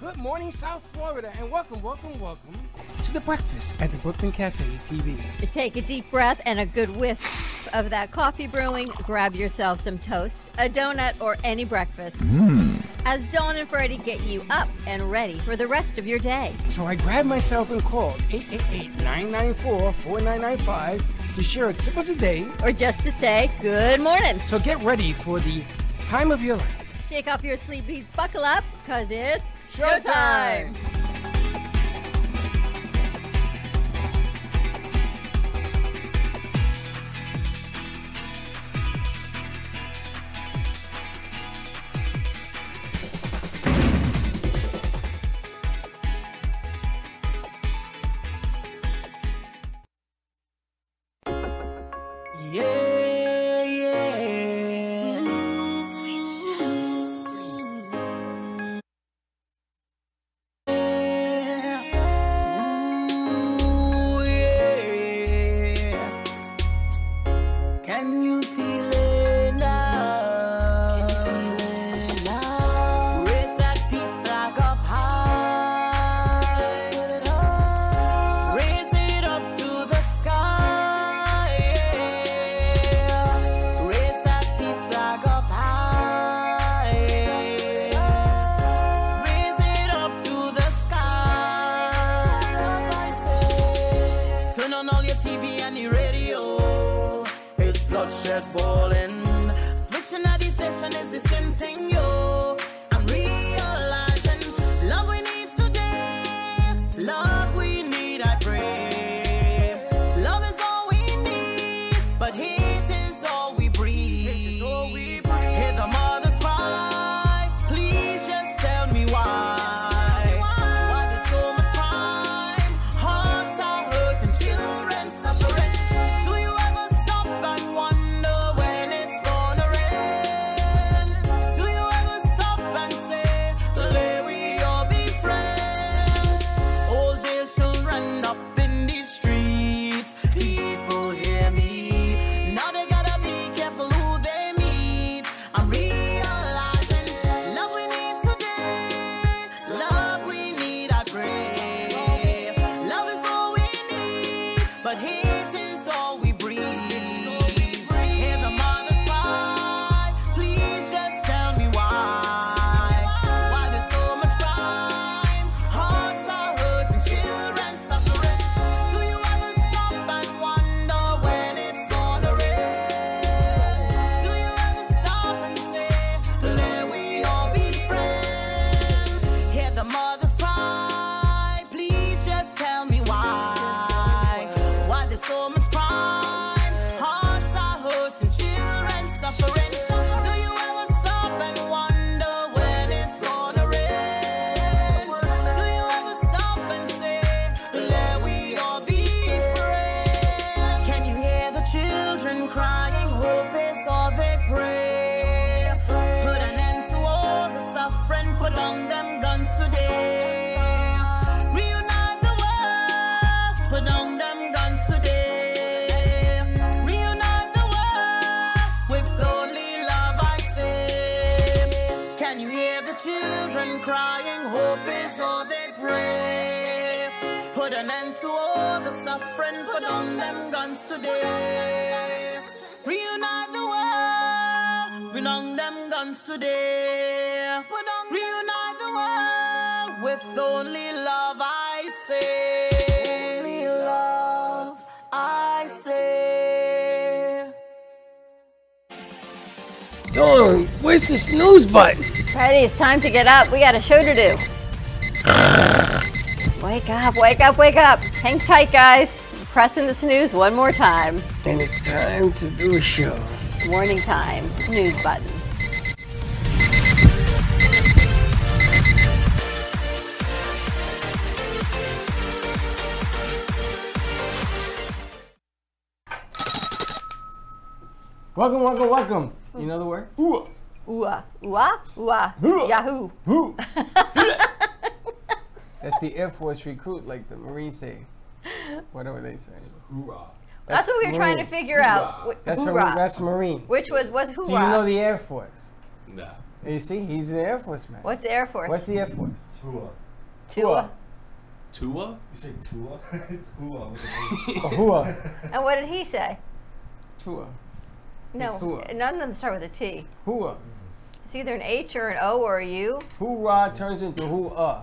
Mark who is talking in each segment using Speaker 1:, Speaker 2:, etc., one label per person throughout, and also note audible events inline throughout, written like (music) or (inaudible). Speaker 1: Good morning, South Florida, and welcome, welcome, welcome to the breakfast at the Brooklyn Cafe TV.
Speaker 2: Take a deep breath and a good whiff of that coffee brewing. Grab yourself some toast, a donut, or any breakfast. As Dawn and Freddie get you up and ready for the rest of your day.
Speaker 1: So I grabbed myself and called 888-994-4995 to share a tip of the day.
Speaker 2: Or just to say, good morning.
Speaker 1: So get ready for the time of your life.
Speaker 2: Shake off your sleepies, buckle up, because it's
Speaker 1: Showtime.
Speaker 2: showtime.
Speaker 1: Yeah, yeah.
Speaker 3: Can you feel it now? Raise that peace flag up high. Raise it up to the sky. Raise that peace flag up high. Raise it up to the sky. Turn on all your TV and your radio. It's bloodshed balling. Switching at the station is the same thing, yo. I'm realizing love we need today. Love we need, I pray. Love is all we need, but hate is all we breathe. Hear the mother's cry. Please just tell me why. Why there's so much crime? Hearts are hurt and children suffering. Do you ever stop and wonder when it's gonna rain? Do you ever stop and say, "Today we all be friends"? All day she'll run up in the streets. People hear me. Now they gotta be careful who they meet. I'm realizing love we need today. Love we need, I pray. Love is all we need, but hate is all we breathe. Hear the mother's cry. Please just tell me why. Why there's so much crime? Hearts are hurt and children suffering. Do you ever stop and wonder when it's gonna rain? Do you ever stop and say, "Today we all be friends"? Hear the mother's cry. Please just tell me why. Why there's so much crime? Hearts are hurt and children suffering. Do you ever stop and wonder when it's gonna rain? Do you ever stop and say, let we all be friends? Can you hear the children crying? Hope is all they pray. Put an end to all the suffering. Put on them guns today. Reunite the world. Put on them guns today. Reunite the world with only love I say. Can you hear the children crying? Hope is all they pray. Put an end to all the suffering. Put on them guns today. Reunite the world. Bring on them guns today. Put on Reunite the world with only love I say. Only love I say.
Speaker 1: Dawn, where's the snooze button?
Speaker 2: Freddie, it's time to get up. We got a show to do. wake up, wake up, wake up. Hang tight, guys. Pressing the snooze one more time.
Speaker 1: And it's time to do a show.
Speaker 2: Morning time, snooze button.
Speaker 1: Welcome, welcome, welcome. You know the word? Ooh.
Speaker 2: Ooh, ah, ooh, ah, ooh, ah.
Speaker 1: Ooh.
Speaker 2: Yahoo.
Speaker 1: (laughs) Ooh. That's the Air Force recruit, like the Marines say. Whatever they say. Hoorah.
Speaker 2: That's what we were trying to
Speaker 1: Marines.
Speaker 2: figure out. Wh-
Speaker 1: That's her.
Speaker 2: hoorah.
Speaker 1: That's Marine.
Speaker 2: Which was was hoorah.
Speaker 1: Do you know the Air Force?
Speaker 4: No.
Speaker 1: And you see, he's an Air Force man.
Speaker 2: What's the Air Force?
Speaker 1: What's the Air Force?
Speaker 4: Tua.
Speaker 2: Tua.
Speaker 5: Tua?
Speaker 4: You say Tua? (laughs) it's Ua. with an
Speaker 1: (laughs)
Speaker 4: H.
Speaker 1: Tua. Oh, Hua.
Speaker 2: And what did he say?
Speaker 1: Tua.
Speaker 2: No,
Speaker 1: It's Tua.
Speaker 2: none of them start with a T.
Speaker 1: Hua.
Speaker 2: It's either an H or an O or a U.
Speaker 1: Hoorah turns into uh? hoo-ah.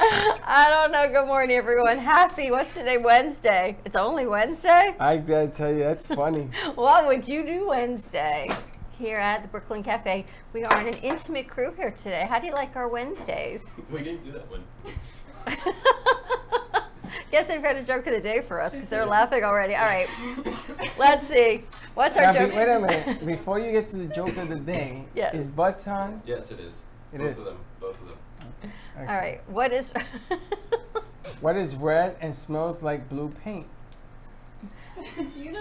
Speaker 2: I don't know. Good morning, everyone. Happy, what's today? Wednesday. It's only Wednesday?
Speaker 1: I gotta tell you, that's (laughs) funny.
Speaker 2: What would you do Wednesday? Here at the Brooklyn Cafe, we are in an intimate crew here today. How do you like our Wednesdays?
Speaker 5: (laughs) We didn't do that one.
Speaker 2: (laughs) Guess they've got a joke of the day for us
Speaker 5: (laughs)
Speaker 2: because they're laughing already. All right, let's see. What's
Speaker 1: Now,
Speaker 2: our joke?
Speaker 1: be- wait a (laughs)
Speaker 2: (laughs)
Speaker 1: minute. Before you get to the joke of the day,
Speaker 2: Yes.
Speaker 1: is butts on?
Speaker 5: Yes, it is.
Speaker 1: It
Speaker 5: Both
Speaker 1: is.
Speaker 5: of them. Both of them.
Speaker 2: All right, what is? (laughs)
Speaker 1: What is red and smells like blue paint?
Speaker 4: Yeah.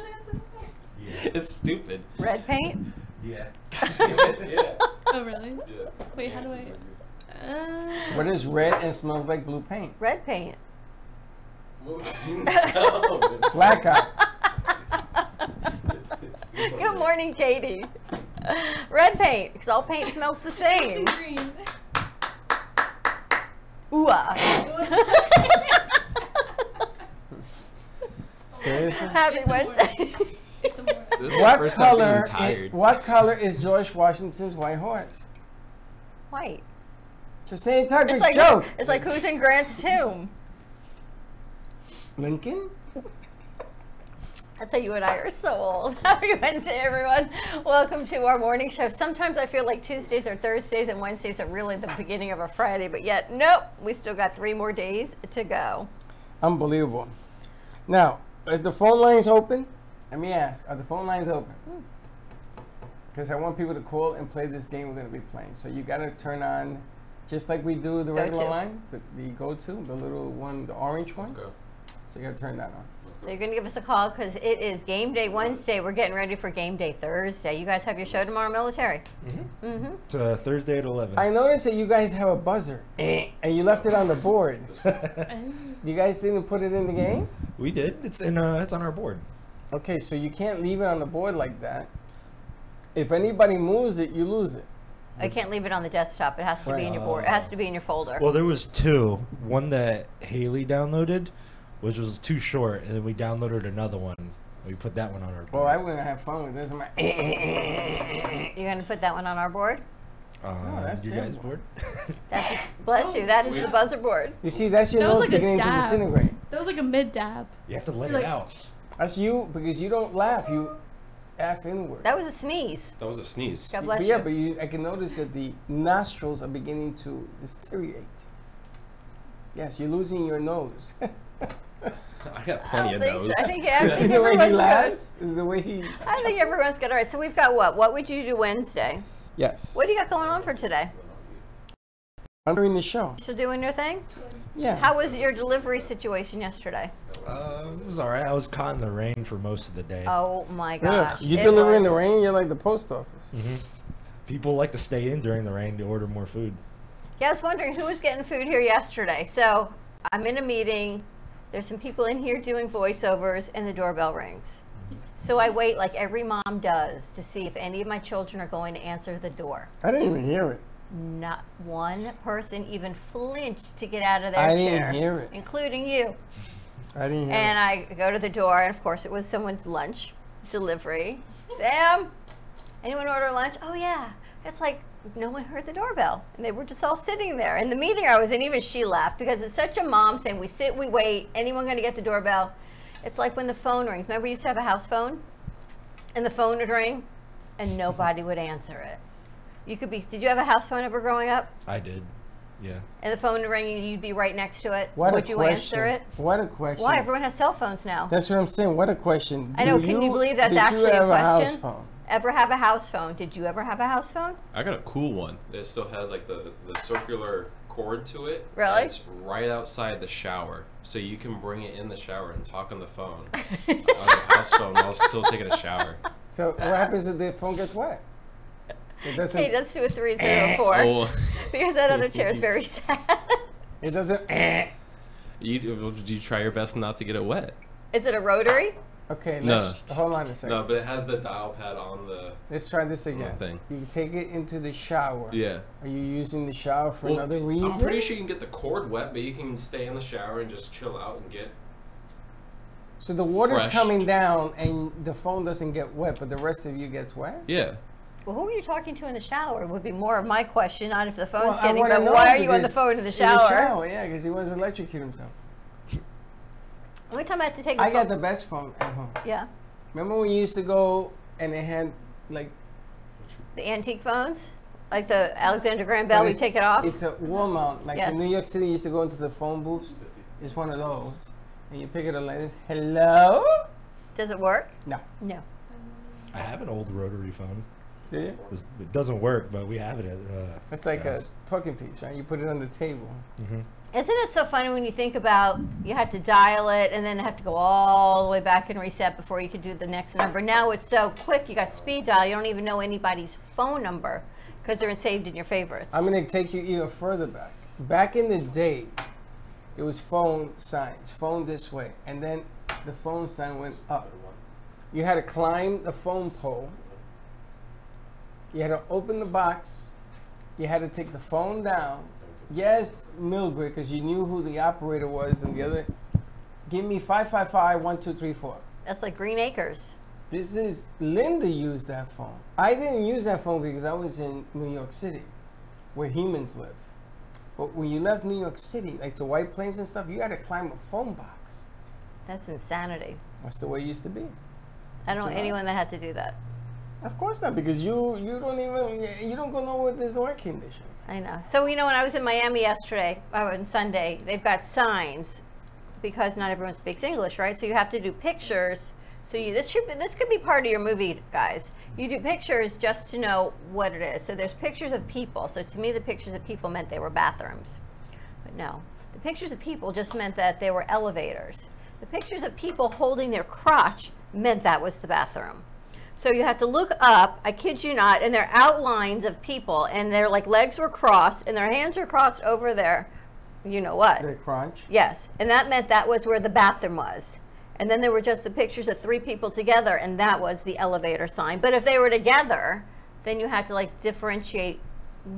Speaker 5: It's stupid.
Speaker 2: Red paint?
Speaker 4: Yeah.
Speaker 5: (laughs) yeah.
Speaker 6: Oh really?
Speaker 5: yeah.
Speaker 6: Wait, how do I? Uh,
Speaker 1: What is red and smells like blue
Speaker 2: (laughs)
Speaker 1: paint?
Speaker 2: Red paint.
Speaker 5: (laughs) What?
Speaker 2: (laughs)
Speaker 1: Blackout.
Speaker 2: Good morning, Katie. Red paint, because all paint smells the
Speaker 6: Uh,
Speaker 2: same.
Speaker 6: (laughs) green.
Speaker 2: Ooh.
Speaker 6: (laughs)
Speaker 2: ah.
Speaker 1: Seriously?
Speaker 2: Happy
Speaker 6: It's a
Speaker 2: Wednesday.
Speaker 6: It's a more.
Speaker 5: This is my
Speaker 1: What
Speaker 5: first time
Speaker 1: color?
Speaker 5: being
Speaker 1: i-
Speaker 5: tired.
Speaker 1: what color is George Washington's white horse?
Speaker 2: White.
Speaker 1: Just saying, type
Speaker 2: It's
Speaker 1: of
Speaker 2: like
Speaker 1: joke.
Speaker 2: it's like who's in Grant's tomb.
Speaker 1: Lincoln.
Speaker 2: That's how you and I are so old. (laughs) Happy Wednesday, everyone. Welcome to our morning show. Sometimes I feel like Tuesdays or Thursdays and Wednesdays are really the beginning of a Friday, but yet, nope, we still got three more days to go.
Speaker 1: Unbelievable. Now, are the phone lines open? Let me ask, are the phone lines open?
Speaker 2: Hmm.
Speaker 1: Because I want people to call and play this game we're going to be playing. So you got to turn on, just like we do the regular
Speaker 2: Go-to.
Speaker 1: line, the, the go to, the little one, the orange one.
Speaker 5: Go.
Speaker 1: So you got to turn that on.
Speaker 2: So you're going to give us a call because it is game day Wednesday. We're getting ready for game day Thursday. You guys have your show tomorrow, military.
Speaker 4: It's uh, Thursday at 11.
Speaker 1: I noticed that you guys have a buzzer eh, and you left it on the board.
Speaker 4: (laughs)
Speaker 1: You guys didn't put it in the game?
Speaker 4: we did. It's in. Uh, it's on our board.
Speaker 1: Okay, so you can't leave it on the board like that. If anybody moves it, you lose it.
Speaker 2: I can't leave it on the desktop. It has to be in your board. It has to be in your folder.
Speaker 4: Well, there was two. One that Haley downloaded, which was too short, and then we downloaded another one. We put that one on our
Speaker 1: Well,
Speaker 4: board.
Speaker 1: I wouldn't have fun with this. I'm like, (laughs) eh, eh, eh, eh, eh, eh.
Speaker 2: You're going to put that one on our board?
Speaker 4: uh,
Speaker 1: that's
Speaker 4: your
Speaker 1: their
Speaker 4: guys' board. (laughs)
Speaker 1: board.
Speaker 2: That's, bless you. That is the
Speaker 5: Wait.
Speaker 2: buzzer board.
Speaker 1: You see, that's your
Speaker 6: That was
Speaker 1: nose
Speaker 6: like a
Speaker 1: beginning to
Speaker 6: dab.
Speaker 1: disintegrate.
Speaker 6: That was like a mid dab.
Speaker 4: you have to let
Speaker 6: Like-
Speaker 4: it out.
Speaker 1: That's you because you don't laugh. You f inward.
Speaker 2: That was a sneeze.
Speaker 5: That was a sneeze.
Speaker 2: God bless
Speaker 1: But
Speaker 2: you.
Speaker 1: yeah, but you, I can notice that the nostrils are beginning to deteriorate. Yes, you're losing your nose. (laughs)
Speaker 5: I got
Speaker 2: I
Speaker 5: plenty
Speaker 2: don't
Speaker 5: of
Speaker 2: think so.
Speaker 5: those.
Speaker 2: (laughs) I think, yeah, I
Speaker 1: See (laughs)
Speaker 2: think
Speaker 1: the way he
Speaker 2: everyone's good.
Speaker 1: laughs, the way he.
Speaker 2: I think everyone's good. All right, so we've got what? What would you do Wednesday?
Speaker 1: Yes.
Speaker 2: What do you got going on for today?
Speaker 1: I'm doing the show.
Speaker 2: So doing your thing?
Speaker 1: Yeah.
Speaker 2: How was your delivery situation yesterday?
Speaker 4: Uh, it was all right. I was caught in the rain for most of the day.
Speaker 2: Oh my
Speaker 1: Ugh,
Speaker 2: gosh.
Speaker 1: you
Speaker 2: it
Speaker 1: deliver in the
Speaker 2: was-
Speaker 1: rain, you're like the post office.
Speaker 4: People like to stay in during the rain to order more food.
Speaker 2: Yeah, I was wondering who was getting food here yesterday. So I'm in a meeting. There's some people in here doing voiceovers, and the doorbell rings. So I wait like every mom does to see if any of my children are going to answer the door.
Speaker 1: I didn't even hear it.
Speaker 2: Not one person even flinched to get out of their
Speaker 1: I
Speaker 2: chair,
Speaker 1: didn't hear it.
Speaker 2: including you.
Speaker 1: I didn't hear
Speaker 2: And I go to the door, and of course, it was someone's lunch delivery. Sam, anyone order lunch? Oh, yeah. It's like no one heard the doorbell. And they were just all sitting there. In the meeting I was in, even she laughed because it's such a mom thing. We sit, we wait. Anyone going to get the doorbell? It's like when the phone rings. Remember, we used to have a house phone, and the phone would ring, and nobody would answer it. You could be, did you have a house phone ever growing up?
Speaker 4: I did. Yeah.
Speaker 2: And the phone would ring, and you'd be right next to it.
Speaker 1: it. What
Speaker 2: would
Speaker 1: a
Speaker 2: you
Speaker 1: question.
Speaker 2: answer it?
Speaker 1: What a question.
Speaker 2: Why? Everyone has cell phones now.
Speaker 1: That's what I'm saying. What a question.
Speaker 2: I know, can you believe that's
Speaker 1: did
Speaker 2: actually
Speaker 1: you
Speaker 2: a
Speaker 1: have house
Speaker 2: question?
Speaker 1: phone?
Speaker 2: ever have a house phone? Did you ever have a house phone?
Speaker 5: I got a cool one that still has like the, the circular cord to it. and
Speaker 2: Really?
Speaker 5: It's right outside the shower, so you can bring it in the shower and talk on the phone
Speaker 2: (laughs)
Speaker 5: on the house phone while still taking a shower.
Speaker 1: So what happens if the phone gets wet? It
Speaker 2: (laughs)
Speaker 1: doesn't.
Speaker 2: Hey, let's do a three zero four.
Speaker 5: Oh,
Speaker 2: (laughs) Because that other chair is very sad.
Speaker 1: it doesn't.
Speaker 5: you do you try your best not to get it wet?
Speaker 2: is it a rotary?
Speaker 1: Okay,
Speaker 5: No.
Speaker 1: let's hold on a second.
Speaker 5: No, but it has the dial pad on the
Speaker 1: Let's try this
Speaker 5: on the
Speaker 1: again.
Speaker 5: thing.
Speaker 1: You take it into the shower.
Speaker 5: Yeah.
Speaker 1: Are you using the shower for
Speaker 5: Well,
Speaker 1: another reason?
Speaker 5: I'm pretty sure you can get the cord wet, but you can stay in the shower and just chill out and get.
Speaker 1: so the water's
Speaker 5: Fresh.
Speaker 1: coming down and the phone doesn't get wet, but the rest of you gets wet?
Speaker 5: Yeah.
Speaker 2: (laughs) Well, who are you talking to in the shower would be more of my question, not if the phone's
Speaker 1: Well, I
Speaker 2: getting
Speaker 1: wanna
Speaker 2: wet.
Speaker 1: know
Speaker 2: Why are you on the
Speaker 1: because-
Speaker 2: phone in the shower?
Speaker 1: yeah, because he wants to electrocute himself.
Speaker 2: One time I had to take the
Speaker 1: I got the
Speaker 2: phone-
Speaker 1: best phone at home.
Speaker 2: yeah,
Speaker 1: Remember when you used to go and it had like
Speaker 2: the antique phones, like the Alexander Graham Bell. We
Speaker 1: it's-
Speaker 2: take it off.
Speaker 1: It's a wall mount. Like
Speaker 2: Yes.
Speaker 1: in New York City, you used to go into the phone booths. It's one of those, and you pick it up like this. Hello?
Speaker 2: Does it work?
Speaker 1: No.
Speaker 2: No.
Speaker 4: I have an old rotary phone.
Speaker 1: Do you?
Speaker 4: It's- It doesn't work, but we have it. At, uh,
Speaker 1: It's like
Speaker 4: Yes.
Speaker 1: a talking piece, right? You put it on the table.
Speaker 2: Isn't it so funny when you think about you had to dial it and then have to go all the way back and reset before you could do the next number? Now it's so quick. You got speed dial. You don't even know anybody's phone number because they're saved in your favorites.
Speaker 1: I'm gonna take you even further back. Back in the day, it was phone signs, phone this way, and then the phone sign went up. You had to climb the phone pole. You had to open the box. You had to take the phone down. Yes, Milbert, because you knew who the operator was, and the other. Give me five five five one two three four.
Speaker 2: That's like Green Acres.
Speaker 1: This is Linda used that phone. I didn't use that phone because I was in New York City, where humans live. But when you left New York City, like to White Plains and stuff, you had to climb a phone box.
Speaker 2: That's insanity.
Speaker 1: That's the way it used to be.
Speaker 2: I don't know
Speaker 1: July.
Speaker 2: anyone that had to do that.
Speaker 1: Of course not, because you you don't even you don't go nowhere. There's no air conditioning.
Speaker 2: I know. So you know, when I was in Miami yesterday, or on Sunday, they've got signs because not everyone speaks English, right? So you have to do pictures. So you this should be, this could be part of your movie, guys. You do pictures just to know what it is. So there's pictures of people. So to me, the pictures of people meant they were bathrooms, but no, the pictures of people just meant that they were elevators. The pictures of people holding their crotch meant that was the bathroom. So you have to look up, I kid you not, and they're outlines of people and their like legs were crossed and their hands are crossed over their you know what.
Speaker 1: The crunch.
Speaker 2: Yes. And that meant that was where the bathroom was. And then there were just the pictures of three people together and that was the elevator sign. But if they were together, then you had to like differentiate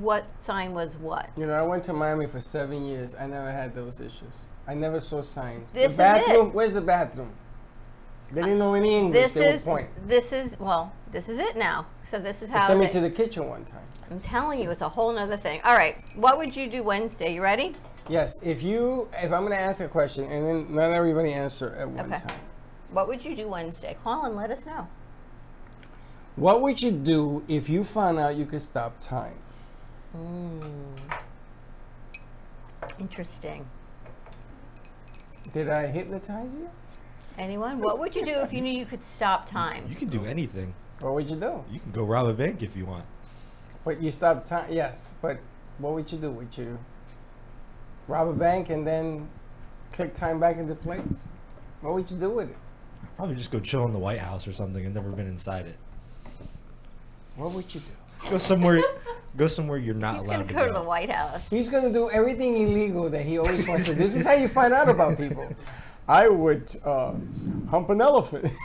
Speaker 2: what sign was what.
Speaker 1: You know, I went to Miami for seven years. I never had those issues. I never saw signs.
Speaker 2: This
Speaker 1: the
Speaker 2: is
Speaker 1: bathroom.
Speaker 2: it.
Speaker 1: Where's the bathroom? They didn't know any English.
Speaker 2: This
Speaker 1: they would
Speaker 2: is
Speaker 1: point.
Speaker 2: this is well, this is it now. So this is
Speaker 1: They
Speaker 2: how
Speaker 1: sent me
Speaker 2: they-
Speaker 1: to the kitchen one time.
Speaker 2: I'm telling you, it's a whole nother thing. All right, what would you do Wednesday? You ready?
Speaker 1: Yes, if you, if I'm going to ask a question and then not everybody answer at one
Speaker 2: Okay.
Speaker 1: time.
Speaker 2: What would you do Wednesday? Call and let us know.
Speaker 1: What would you do if you found out you could stop time?
Speaker 2: Interesting.
Speaker 1: Did I hypnotize you?
Speaker 2: Anyone? What would you do if you knew you could stop
Speaker 4: you
Speaker 2: time?
Speaker 4: can do anything.
Speaker 1: What would you do?
Speaker 4: You can go rob a bank if you want.
Speaker 1: But you stop time, yes, but what would you do? Would you rob a bank and then click time back into place? What would you do with it?
Speaker 4: Probably just go chill in the White House or something. I've never been inside it.
Speaker 1: What would you do?
Speaker 4: Go
Speaker 2: (laughs)
Speaker 4: somewhere. go somewhere you're not
Speaker 2: He's gonna
Speaker 4: allowed
Speaker 2: go to the White House.
Speaker 1: He's going to do everything illegal that he always wants to. This is how you find out about people. (laughs) I would uh, hump an elephant. (laughs)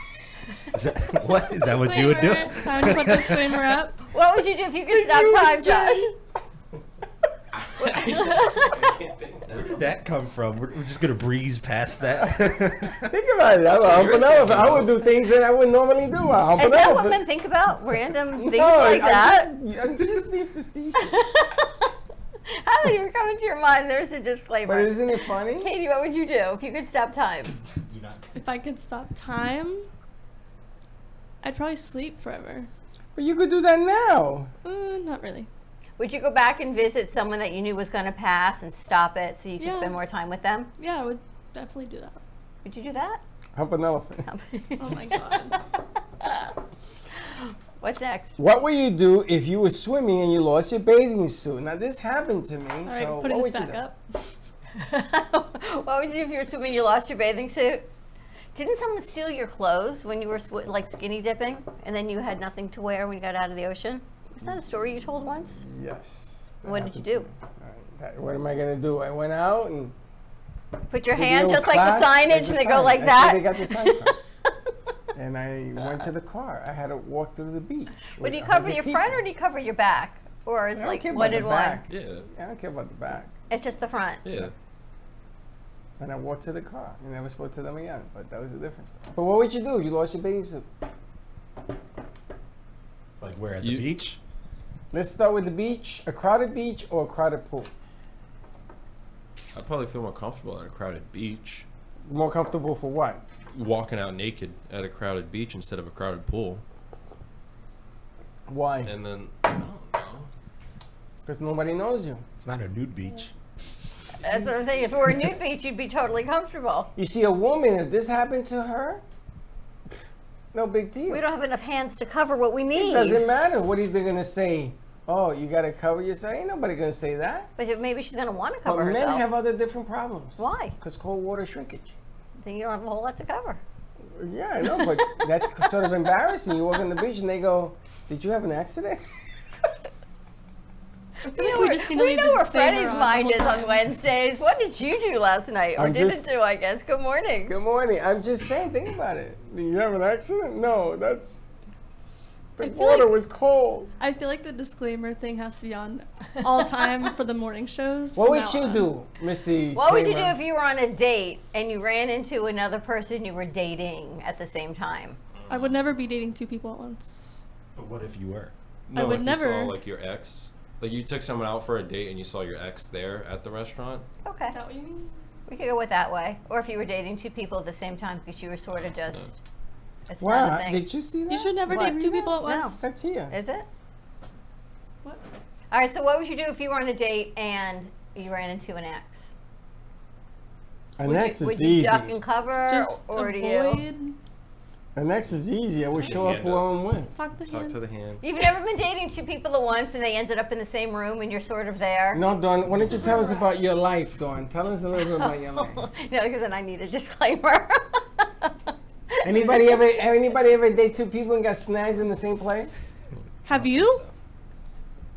Speaker 4: Is that, (laughs) what is that? What you would do?
Speaker 6: Disclaimer. (laughs) Time to put this disclaimer up.
Speaker 2: (laughs) What would you do if you could stop time, Josh?
Speaker 5: (laughs) I can't think now.
Speaker 4: Where'd that come from? We're, we're just gonna breeze past
Speaker 2: (laughs)
Speaker 4: that. (laughs)
Speaker 1: Think about it. I would hump
Speaker 5: you're
Speaker 1: an elephant.
Speaker 5: thinking
Speaker 1: I would do things that I wouldn't normally do. I hump
Speaker 2: Is
Speaker 1: an
Speaker 2: that
Speaker 1: elephant.
Speaker 2: what men think about?
Speaker 1: (laughs)
Speaker 2: Random things
Speaker 1: No,
Speaker 2: like
Speaker 1: I'm
Speaker 2: that?
Speaker 1: Just, I'm just being facetious.
Speaker 2: (laughs) How did you come into your mind? There's a disclaimer.
Speaker 1: but isn't it funny?
Speaker 2: Katie, what would you do if you could stop time?
Speaker 4: do not.
Speaker 6: If I could stop time, I'd probably sleep forever.
Speaker 1: But you could do that now.
Speaker 6: Mm, not really.
Speaker 2: Would you go back and visit someone that you knew was going to pass and stop it so you could
Speaker 6: Yeah.
Speaker 2: spend more time with them?
Speaker 6: Yeah, I would definitely do that.
Speaker 2: Would you do that? (laughs)
Speaker 1: Hump an elephant.
Speaker 6: Oh my god.
Speaker 2: (laughs) What's next?
Speaker 1: What would you do if you were swimming and you lost your bathing suit? Now this happened to me.
Speaker 6: All right,
Speaker 1: so
Speaker 6: putting
Speaker 1: what
Speaker 6: this
Speaker 1: would you
Speaker 6: back
Speaker 1: do?
Speaker 6: up.
Speaker 2: what would you do if you were swimming? You lost your bathing suit. Didn't someone steal your clothes when you were sw- like skinny dipping, and then you had nothing to wear when you got out of the ocean? Was that a story you told once?
Speaker 1: Yes. that
Speaker 2: What did you
Speaker 1: happened to
Speaker 2: do?
Speaker 1: me. All right, that- What am I gonna do? I went out and
Speaker 2: Put your
Speaker 1: did the
Speaker 2: hand
Speaker 1: old
Speaker 2: just like the
Speaker 1: clasp,
Speaker 2: signage, and they go
Speaker 1: sign.
Speaker 2: like
Speaker 1: That's where
Speaker 2: that. (laughs)
Speaker 1: They got the sign. from. and I went to the car. I had to walk through the beach.
Speaker 2: Would
Speaker 1: with
Speaker 2: you
Speaker 1: a
Speaker 2: cover
Speaker 1: hundred
Speaker 2: your
Speaker 1: people.
Speaker 2: front or do you cover your back? Or is
Speaker 1: I don't
Speaker 2: like
Speaker 1: care
Speaker 2: one
Speaker 1: about the
Speaker 2: in one?
Speaker 1: back.
Speaker 5: Yeah.
Speaker 1: I don't care about the back.
Speaker 2: It's just the front.
Speaker 5: Yeah.
Speaker 1: And I walked to the car. and never spoke to them again. But that was a different story. But what would you do? You lost your bathing suit.
Speaker 4: Like where at the
Speaker 5: You-
Speaker 4: beach?
Speaker 1: Let's start with the beach, a crowded beach or a crowded pool.
Speaker 5: I'd probably feel more comfortable at a crowded beach.
Speaker 1: More comfortable for what?
Speaker 5: Walking out naked at a crowded beach instead of a crowded pool.
Speaker 1: Why?
Speaker 5: And then, I don't know.
Speaker 1: Because nobody knows you.
Speaker 4: It's not a nude beach.
Speaker 2: That's what I'm thinking. If it were a nude beach, you'd be totally comfortable.
Speaker 1: You see a woman, if this happened to her, no big deal.
Speaker 2: We don't have enough hands to cover what we need.
Speaker 1: Doesn't matter. What are they gonna say? Oh, you gotta cover yourself. Ain't nobody gonna say that.
Speaker 2: But it- maybe she's going to want to
Speaker 1: But
Speaker 2: cover
Speaker 1: men
Speaker 2: herself.
Speaker 1: have other different problems.
Speaker 2: Why?
Speaker 1: Because cold water shrinkage.
Speaker 2: Then you don't have a whole lot to cover.
Speaker 1: Yeah, I know, but that's c- sort of embarrassing. You walk on the beach and they go, "Did you have an accident?" (laughs)
Speaker 6: feel like we just need to
Speaker 2: we
Speaker 6: leave
Speaker 2: know where
Speaker 6: this favor
Speaker 2: Freddie's
Speaker 6: on the
Speaker 2: mind
Speaker 6: whole
Speaker 2: is on
Speaker 6: time.
Speaker 2: Wednesdays. What did you do last night? Or
Speaker 1: I'm
Speaker 2: didn't
Speaker 1: just-
Speaker 2: do, I guess. Good morning.
Speaker 1: Good morning. I'm just saying. Think about it. Did you have an accident? No, that's. The
Speaker 6: I feel
Speaker 1: water
Speaker 6: like-
Speaker 1: was cold.
Speaker 6: I feel like the disclaimer thing has to be on all time for the morning shows. uh,
Speaker 1: What
Speaker 6: from
Speaker 1: would
Speaker 6: now
Speaker 1: you
Speaker 6: on.
Speaker 1: do, E Missy?
Speaker 2: um, What would you do
Speaker 1: Kramer?
Speaker 2: if you were on a date and you ran into another person you were dating at the same time?
Speaker 6: I would never be dating two people at once.
Speaker 4: But what if you were?
Speaker 5: No,
Speaker 6: would
Speaker 5: if You
Speaker 6: never-
Speaker 5: saw, like your ex, like you took someone out for a date and you saw your ex there at the restaurant.
Speaker 2: Okay.
Speaker 6: Is that what you mean?
Speaker 2: We could go with that way. Or if you were dating two people at the same time because you were sort of just. It's not a
Speaker 1: Wow,
Speaker 2: thing.
Speaker 1: did you see that?
Speaker 6: You should never
Speaker 2: What?
Speaker 6: date two people at
Speaker 2: No.
Speaker 6: once.
Speaker 1: That's here.
Speaker 2: Is it?
Speaker 6: What?
Speaker 2: All right, so what would you do if you were on a date and you ran into an ex?
Speaker 1: An
Speaker 2: Would
Speaker 1: ex
Speaker 2: you,
Speaker 1: is
Speaker 2: would you
Speaker 1: easy.
Speaker 2: duck and cover,
Speaker 6: Just
Speaker 2: or do you?
Speaker 6: avoid
Speaker 1: An ex is easy. I would show up
Speaker 5: hand
Speaker 1: where
Speaker 5: up.
Speaker 1: I'm with.
Speaker 6: talk to
Speaker 5: Talk
Speaker 6: him.
Speaker 5: to the hand.
Speaker 2: You've never been dating two people at once and they ended up in the same room and you're sort of there.
Speaker 1: No, Dawn, why don't you tell us about your life, Dawn? Tell us a little bit about your
Speaker 2: Oh. (laughs) no,
Speaker 1: life.
Speaker 2: because then I need a disclaimer.
Speaker 1: (laughs) Anybody
Speaker 2: (laughs)
Speaker 1: ever anybody ever date two people and got snagged in the same place?
Speaker 6: Have you?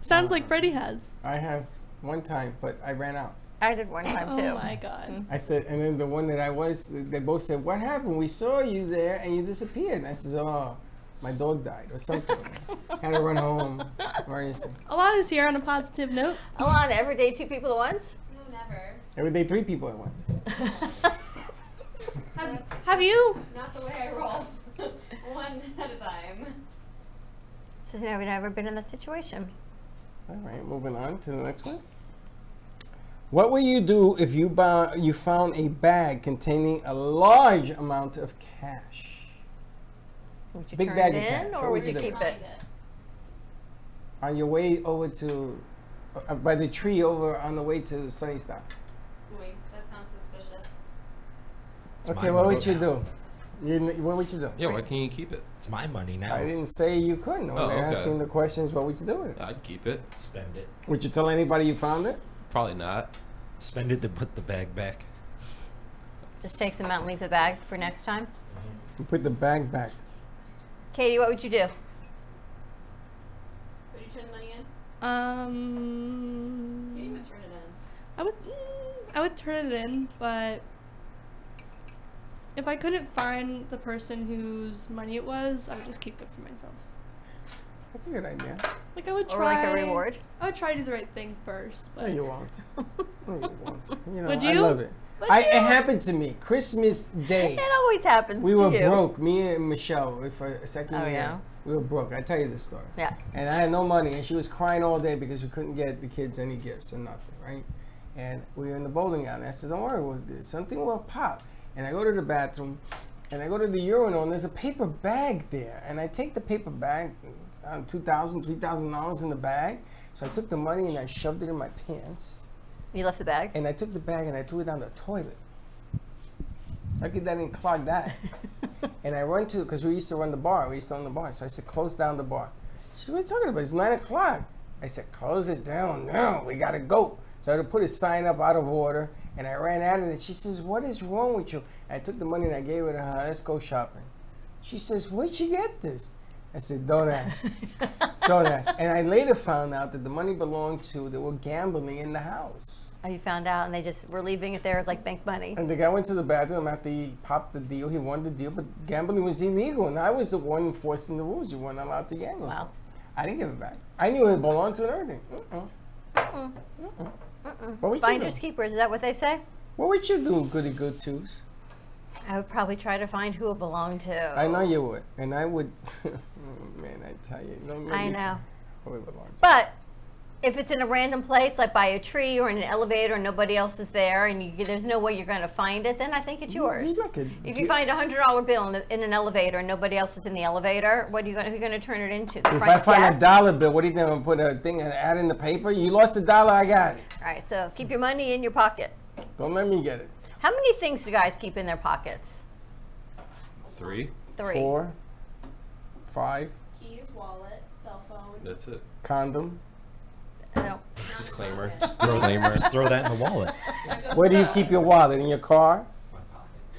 Speaker 6: Sounds like Freddie has.
Speaker 1: I have one time, but I ran out.
Speaker 2: I did one time too. Mm-hmm.
Speaker 6: Oh my god.
Speaker 1: I said, and then the one that I was, they both said, "What happened? We saw you there and you disappeared." And I says, "Oh, my dog died or something." (laughs)
Speaker 2: (laughs)
Speaker 1: Had to run home. Emergency.
Speaker 6: Alana's here on a positive note.
Speaker 2: Alana, ever date two people at
Speaker 1: (laughs)
Speaker 2: once?
Speaker 7: No, never.
Speaker 1: Every day, three people at once.
Speaker 7: Have,
Speaker 6: Have you?
Speaker 7: not the way I roll. (laughs) One at a time.
Speaker 2: Says no, we've never been in that situation.
Speaker 1: All right, moving on to the next one. What will you do if you bou- you found a bag containing a large amount of cash?
Speaker 2: Would you
Speaker 1: Big
Speaker 2: turn
Speaker 1: bag of
Speaker 2: it
Speaker 1: cash.
Speaker 2: in or
Speaker 1: What
Speaker 2: would
Speaker 1: would
Speaker 2: you
Speaker 1: you do?
Speaker 2: keep
Speaker 7: Find
Speaker 2: it?
Speaker 7: it.
Speaker 1: on your way over to uh, by the tree over on the way to Sunny Stop.
Speaker 7: Wait, that sounds suspicious.
Speaker 1: Okay,
Speaker 4: mine
Speaker 1: what
Speaker 4: now.
Speaker 1: would you do? You, kn- what would you do?
Speaker 5: Yeah, why can't you keep it?
Speaker 4: It's my money now.
Speaker 1: I didn't say you couldn't. When
Speaker 5: Oh,
Speaker 1: they're
Speaker 5: okay.
Speaker 1: asking the questions, what would you do with it?
Speaker 5: I'd keep it.
Speaker 4: Spend it.
Speaker 1: Would you tell anybody you found it?
Speaker 5: Probably not.
Speaker 4: Spend it to put the bag back.
Speaker 2: Just take some out and leave the bag for next time.
Speaker 1: You put the bag back.
Speaker 2: Katie, what would you do?
Speaker 7: Would you turn the money in? You
Speaker 6: Um,
Speaker 7: didn't even turn it in.
Speaker 6: I would, mm, I would turn it in, but if I couldn't find the person whose money it was, I would just keep it for myself.
Speaker 1: That's a good idea.
Speaker 6: Like I would
Speaker 2: Or like
Speaker 6: try
Speaker 2: a reward?
Speaker 6: I would try to do the right thing first,
Speaker 1: No,
Speaker 6: but
Speaker 1: you won't. (laughs) No, you won't. You know,
Speaker 6: Would
Speaker 1: I
Speaker 6: you?
Speaker 1: love it.
Speaker 6: Would
Speaker 1: I,
Speaker 6: you?
Speaker 1: it happened to me. Christmas
Speaker 6: (laughs)
Speaker 1: Day.
Speaker 2: (laughs) It always happens
Speaker 1: We
Speaker 2: to
Speaker 1: were
Speaker 2: you.
Speaker 1: broke, me and Michelle, uh, for a second
Speaker 2: Oh,
Speaker 1: year.
Speaker 2: yeah?
Speaker 1: We were broke. I tell you this story.
Speaker 2: Yeah.
Speaker 1: And I had no money, and she was crying all day because we couldn't get the kids any gifts or nothing, right? And we were in the bowling alley. I said, "Don't worry, we'll, something will pop." And I go to the bathroom, and I go to the urinal, and there's a paper bag there. And I take the paper bag, it's, I don't know, two thousand, three thousand dollars in the bag. So I took the money and I shoved it in my pants,
Speaker 2: You left the bag?
Speaker 1: and I took the bag and I threw it down the toilet. How could that didn't clog
Speaker 2: (laughs)
Speaker 1: that? And I run to, because we used to run the bar. We used to own the bar. So I said, close down the bar. She said, what are you talking about? It's 9 o'clock. I said, close it down now. We got to go. So I had to put a sign up out of order. And I ran out of it. She says, what is wrong with you? I took the money and I gave it to her. Let's go shopping. She says, where'd you get this? I said, don't
Speaker 2: (laughs)
Speaker 1: ask. don't ask. And I later found out that the money belonged to, they were gambling in the house.
Speaker 2: Oh, you found out, and they just were leaving it there as like bank money.
Speaker 1: And the guy went to the bathroom after he popped the deal. He won the deal, but gambling was illegal, and I was the one enforcing the rules. You weren't allowed to gamble. so
Speaker 2: Wow.
Speaker 1: I didn't give it back. I knew it belonged to and everything. Mm-mm. What would you
Speaker 2: Finders
Speaker 1: do?
Speaker 2: keepers, is that what they say?
Speaker 1: What would you do, goody good twos?
Speaker 2: I would probably try to find who it belonged to.
Speaker 1: I know you would, and I would. (laughs) oh, man, I tell you, no man,
Speaker 2: I
Speaker 1: you
Speaker 2: know.
Speaker 1: Probably belonged to.
Speaker 2: But if it's in a random place, like by a tree or in an elevator, and nobody else is there, and you, there's no way you're going to find it, then I think it's yours.
Speaker 1: You're not gonna
Speaker 2: If
Speaker 1: get-
Speaker 2: you find a hundred dollar bill in, the, in an elevator and nobody else is in the elevator, what are you going? Who going to turn it into? The
Speaker 1: If
Speaker 2: front
Speaker 1: I find
Speaker 2: desk?
Speaker 1: a dollar bill, what do you think? I'm gonna put a thing and ad in the paper. You lost a dollar, I got it.
Speaker 2: All right, so keep your money in your pocket.
Speaker 1: Don't let me get it.
Speaker 2: How many things do guys keep in their pockets?
Speaker 5: Three.
Speaker 2: Three.
Speaker 1: Four, five,
Speaker 7: Keys, wallet, cell phone.
Speaker 5: That's it.
Speaker 1: condom.
Speaker 2: I don't-
Speaker 5: Disclaimer. Just disclaimer.
Speaker 4: Just throw that in the
Speaker 2: (laughs)
Speaker 4: wallet.
Speaker 1: Where do you keep your wallet? In your car?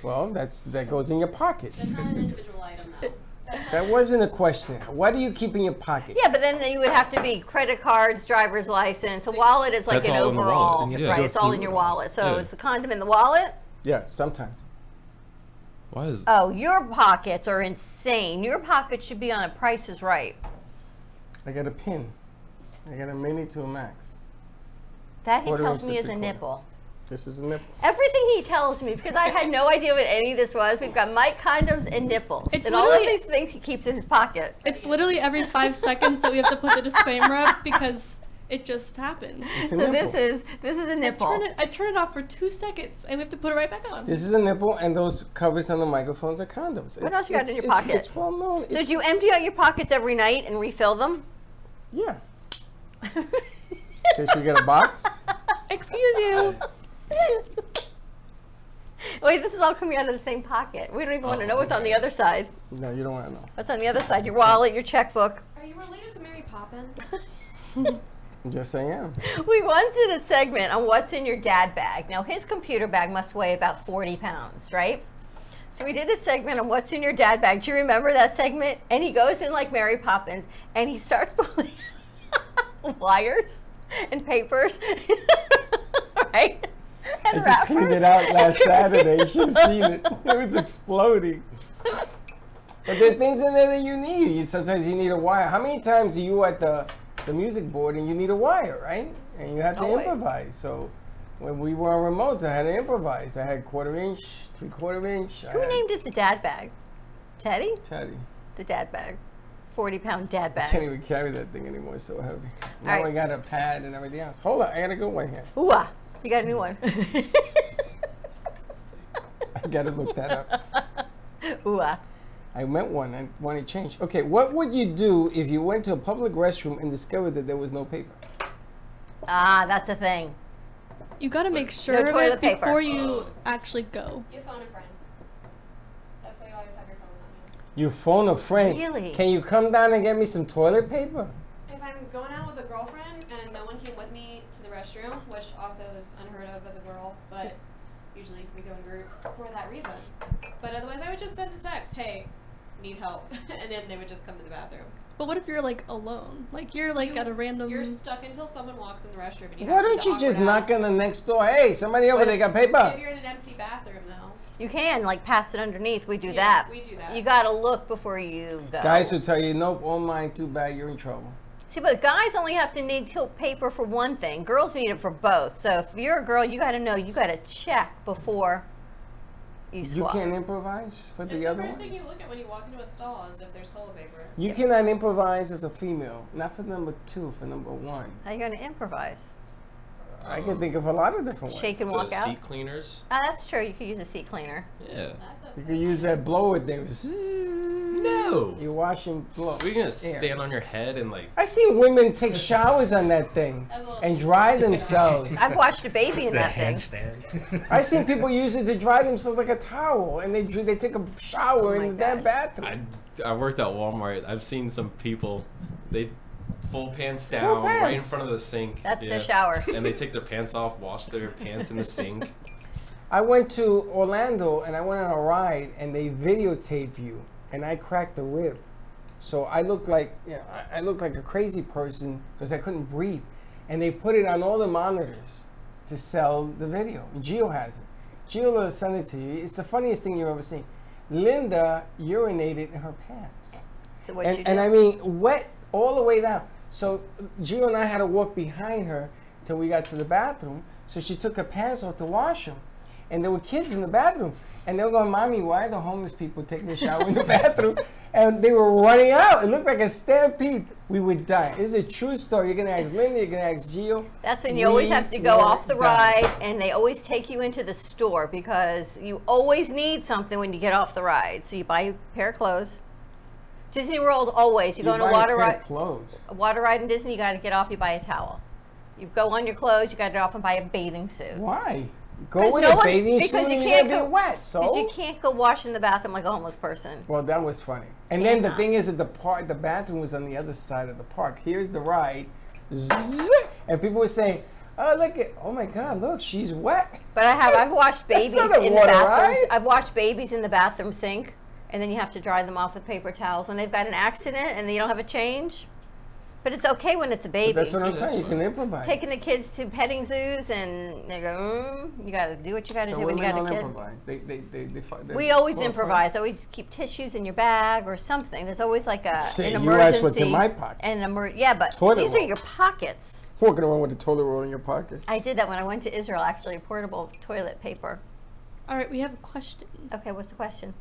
Speaker 1: Well, that's that goes in your pocket.
Speaker 7: That's not an individual item, though. That's
Speaker 1: That
Speaker 7: not
Speaker 1: wasn't a question. What do you keep in your pocket?
Speaker 2: Yeah, but then you would have to be credit cards, driver's license. A wallet is like
Speaker 5: That's
Speaker 2: an
Speaker 5: all in the wallet,
Speaker 2: overall,
Speaker 5: and you have to
Speaker 2: right?
Speaker 5: go
Speaker 2: It's all
Speaker 5: through
Speaker 2: in your
Speaker 5: it all.
Speaker 2: wallet. So
Speaker 5: Yeah.
Speaker 2: is the condom in the wallet?
Speaker 1: Yeah, sometimes.
Speaker 5: Why is
Speaker 2: Oh, your pockets are insane. Your pockets should be on a Price is Right.
Speaker 1: I got a pin. I got a mini to a max.
Speaker 2: That he
Speaker 1: Quarter
Speaker 2: tells
Speaker 1: inch
Speaker 2: me
Speaker 1: to
Speaker 2: is a
Speaker 1: three-quarter.
Speaker 2: nipple.
Speaker 1: This is a nipple.
Speaker 2: Everything he tells me, because I had no (laughs) idea what any of this was. We've got Mike condoms and nipples,
Speaker 6: It's
Speaker 2: and all of
Speaker 6: literally-
Speaker 2: these things he keeps in his pocket.
Speaker 6: It's literally every five seconds that we have to put the disclaimer up because it just happened.
Speaker 1: It's a
Speaker 2: So
Speaker 1: nipple.
Speaker 2: this is this is a
Speaker 6: Turn
Speaker 2: nipple.
Speaker 6: it, I turn it off for two seconds and we have to put it right back on.
Speaker 1: this is a nipple, and those covers on the microphones are condoms. What
Speaker 2: else you got in your pocket?
Speaker 1: It's well known.
Speaker 2: So
Speaker 1: It's-
Speaker 2: do you empty out your pockets every night and refill them?
Speaker 1: yeah. In case we get a
Speaker 2: (laughs)
Speaker 1: box.
Speaker 6: Excuse you.
Speaker 2: Wait, this is all coming out of the same pocket. We don't even want to know what's on the other side.
Speaker 1: No, you don't want to know.
Speaker 2: What's on the other side? Your wallet, your checkbook.
Speaker 7: Are you related to Mary Poppins?
Speaker 2: (laughs)
Speaker 1: Yes, I am.
Speaker 2: We once did a segment on what's in your dad bag. Now, his computer bag must weigh about 40 pounds, right? So, we did a segment on what's in your dad bag. Do you remember that segment? And he goes in like Mary Poppins and he starts (laughs) pulling wires and papers, (laughs) right?
Speaker 1: I
Speaker 2: And
Speaker 1: just cleaned it out
Speaker 2: wrappers.
Speaker 1: last
Speaker 2: (laughs)
Speaker 1: Saturday. You should have seen it. It was exploding. But there's things in there that you need. You, sometimes you need a wire. How many times are you at the the music board and you need a wire, right? And you have to
Speaker 2: Always.
Speaker 1: improvise. So when we were on remotes, I had to improvise. I had quarter inch, three quarter inch. I
Speaker 2: Who
Speaker 1: had
Speaker 2: named it the dad bag? Teddy?
Speaker 1: Teddy.
Speaker 2: The dad bag. 40 pound dad bag.
Speaker 1: Can't even carry that thing anymore. It's so heavy. Now
Speaker 2: right.
Speaker 1: I got a pad and everything else. Hold on, I got a good one here.
Speaker 2: Ooh, ah, you got a new
Speaker 7: (laughs)
Speaker 2: one.
Speaker 1: I gotta look that up.
Speaker 2: (laughs) Ooh, ah.
Speaker 1: I meant one and one it changed. Okay, what would you do if you went to a public restroom and discovered that there was no paper?
Speaker 2: Ah, that's a thing.
Speaker 6: You gotta make sure of
Speaker 2: toilet
Speaker 6: it
Speaker 2: paper.
Speaker 6: before you actually go.
Speaker 7: You phone a friend. That's why you always have your phone on
Speaker 1: You phone a friend.
Speaker 2: Really?
Speaker 1: Can you come down and get me some toilet paper?
Speaker 7: you. If I'm going out with a girlfriend and no one came with me to the restroom, which also is unheard of as a girl, but usually we go in groups for that reason. But otherwise, I would just send a text, hey, need help. (laughs) and then they would just come to the bathroom.
Speaker 6: But what if you're like alone? Like you're like
Speaker 7: You-
Speaker 6: at a random.
Speaker 7: You're stuck until someone walks in the restroom and you
Speaker 1: Why
Speaker 7: have to do
Speaker 1: don't
Speaker 7: the
Speaker 1: you just
Speaker 7: awkward
Speaker 1: knock
Speaker 7: ass.
Speaker 1: on the next door? Hey, somebody over there got paper.
Speaker 7: If you're in an empty bathroom, though.
Speaker 2: You can like pass it underneath. We do
Speaker 7: Yeah,
Speaker 2: that.
Speaker 7: we do that.
Speaker 2: You gotta look before you go.
Speaker 1: Guys will tell you, nope, all mine, too bad, you're in trouble.
Speaker 2: See, but guys only have to need toilet paper for one thing. Girls need it for both. So if you're a girl, you gotta know. You gotta check before you
Speaker 1: You
Speaker 2: squat.
Speaker 1: can't improvise for the
Speaker 7: It's the
Speaker 1: other
Speaker 7: first
Speaker 1: one?
Speaker 7: thing you look at when you walk into a stall is if there's toilet paper.
Speaker 1: You cannot improvise as a female. Not for number two, for number one.
Speaker 2: How you gonna improvise?
Speaker 1: I can think of a lot of different ones.
Speaker 2: Shake and
Speaker 5: Those
Speaker 2: walk out.
Speaker 5: seat cleaners.
Speaker 2: Ah, that's true. You could use a seat cleaner.
Speaker 5: Yeah.
Speaker 7: That's a
Speaker 1: You could use that blower thing.
Speaker 5: No.
Speaker 1: You wash and blow.
Speaker 5: We're gonna
Speaker 1: Yeah.
Speaker 5: stand on your head and like.
Speaker 1: I seen women take showers on that thing
Speaker 7: That's a little
Speaker 1: and
Speaker 7: too
Speaker 1: dry
Speaker 7: soon. (laughs)
Speaker 1: themselves.
Speaker 2: I've watched a baby in
Speaker 4: The
Speaker 2: that thing.
Speaker 4: handstand. (laughs)
Speaker 1: I seen people use it to dry themselves like a towel, and they dr- they take a shower
Speaker 2: my
Speaker 1: in that
Speaker 2: gosh.
Speaker 1: bathroom.
Speaker 5: I, I worked at Walmart. I've seen some people, they full pants down
Speaker 1: Full
Speaker 5: right in
Speaker 1: pants.
Speaker 5: front of the sink.
Speaker 2: That's
Speaker 5: Yeah.
Speaker 2: their shower.
Speaker 5: And they take their pants off, wash their pants in
Speaker 1: (laughs)
Speaker 5: the sink.
Speaker 1: I went to Orlando and I went on a ride, and they videotape you, and I cracked the rib, so I looked like you know, I- I looked like a crazy person because I couldn't breathe, and they put it on all the monitors to sell the video. Geo has it. Geo will send it to you. It's the funniest thing you've ever seen. Linda urinated in her pants.
Speaker 2: So what you
Speaker 1: And,
Speaker 2: do?
Speaker 1: and I mean, wet all the way down. So Gio and I had to walk behind her till we got to the bathroom. So she took her pants off to wash them. And there were kids in the bathroom. And they were going, Mommy, why are the homeless people taking a shower in the (laughs) bathroom? And they were running out. It looked like a stampede. We would die. It's a true story. You're going to ask Linda, you're going to ask Gio.
Speaker 2: That's when you always
Speaker 1: We
Speaker 2: have to go
Speaker 1: were
Speaker 2: off the
Speaker 1: done.
Speaker 2: ride, and they always take you into the store because you always need something when you get off the ride. So you buy a pair of clothes. Disney World always. You, go on
Speaker 1: buy
Speaker 2: a water
Speaker 1: pair of
Speaker 2: ride,
Speaker 1: Clothes.
Speaker 2: a water ride in Disney. You got to get off. You buy a towel. You go on your clothes. You got to get off and buy a bathing suit.
Speaker 1: Why? Go
Speaker 2: Because
Speaker 1: with
Speaker 2: no
Speaker 1: a
Speaker 2: one-
Speaker 1: bathing
Speaker 2: because
Speaker 1: suit
Speaker 2: you
Speaker 1: and
Speaker 2: can't
Speaker 1: you're going to
Speaker 2: go-
Speaker 1: be wet. So
Speaker 2: But you can't go wash in the bathroom like a homeless person.
Speaker 1: Well, that was funny. And then the thing is that the park, the bathroom was on the other side of the park. Here's the ride, Zzz, and people were saying, "Oh, look at, oh my God, look, she's wet."
Speaker 2: But I have. I've washed babies
Speaker 1: not a
Speaker 2: in the
Speaker 1: water
Speaker 2: bathrooms.
Speaker 1: ride.
Speaker 2: I've washed babies in the bathroom sink, and then you have to dry them off with paper towels when they've got an accident and they don't have a change. But it's okay when it's a baby.
Speaker 1: That's what I'm
Speaker 5: That's
Speaker 1: telling you. You can
Speaker 5: fine.
Speaker 1: improvise.
Speaker 2: Taking the kids to petting zoos and they go, mm, you got to do what you got to
Speaker 1: so
Speaker 2: do
Speaker 1: women
Speaker 2: when you got
Speaker 1: don't
Speaker 2: a kid.
Speaker 1: improvise. They, they, they, they, fi- they
Speaker 2: We always
Speaker 1: well, fine.
Speaker 2: improvise. Always keep tissues in your bag or something. There's always like a
Speaker 1: Say,
Speaker 2: an uh, emergency.
Speaker 1: you asked what's in my pocket.
Speaker 2: An emer- yeah, but
Speaker 1: Toilet
Speaker 2: these are
Speaker 1: roll.
Speaker 2: your pockets.
Speaker 1: Walking around with a toilet roll in your pocket.
Speaker 2: I did that when I went to Israel. Actually, portable toilet paper.
Speaker 6: All right, we have a question.
Speaker 2: Okay, what's the question?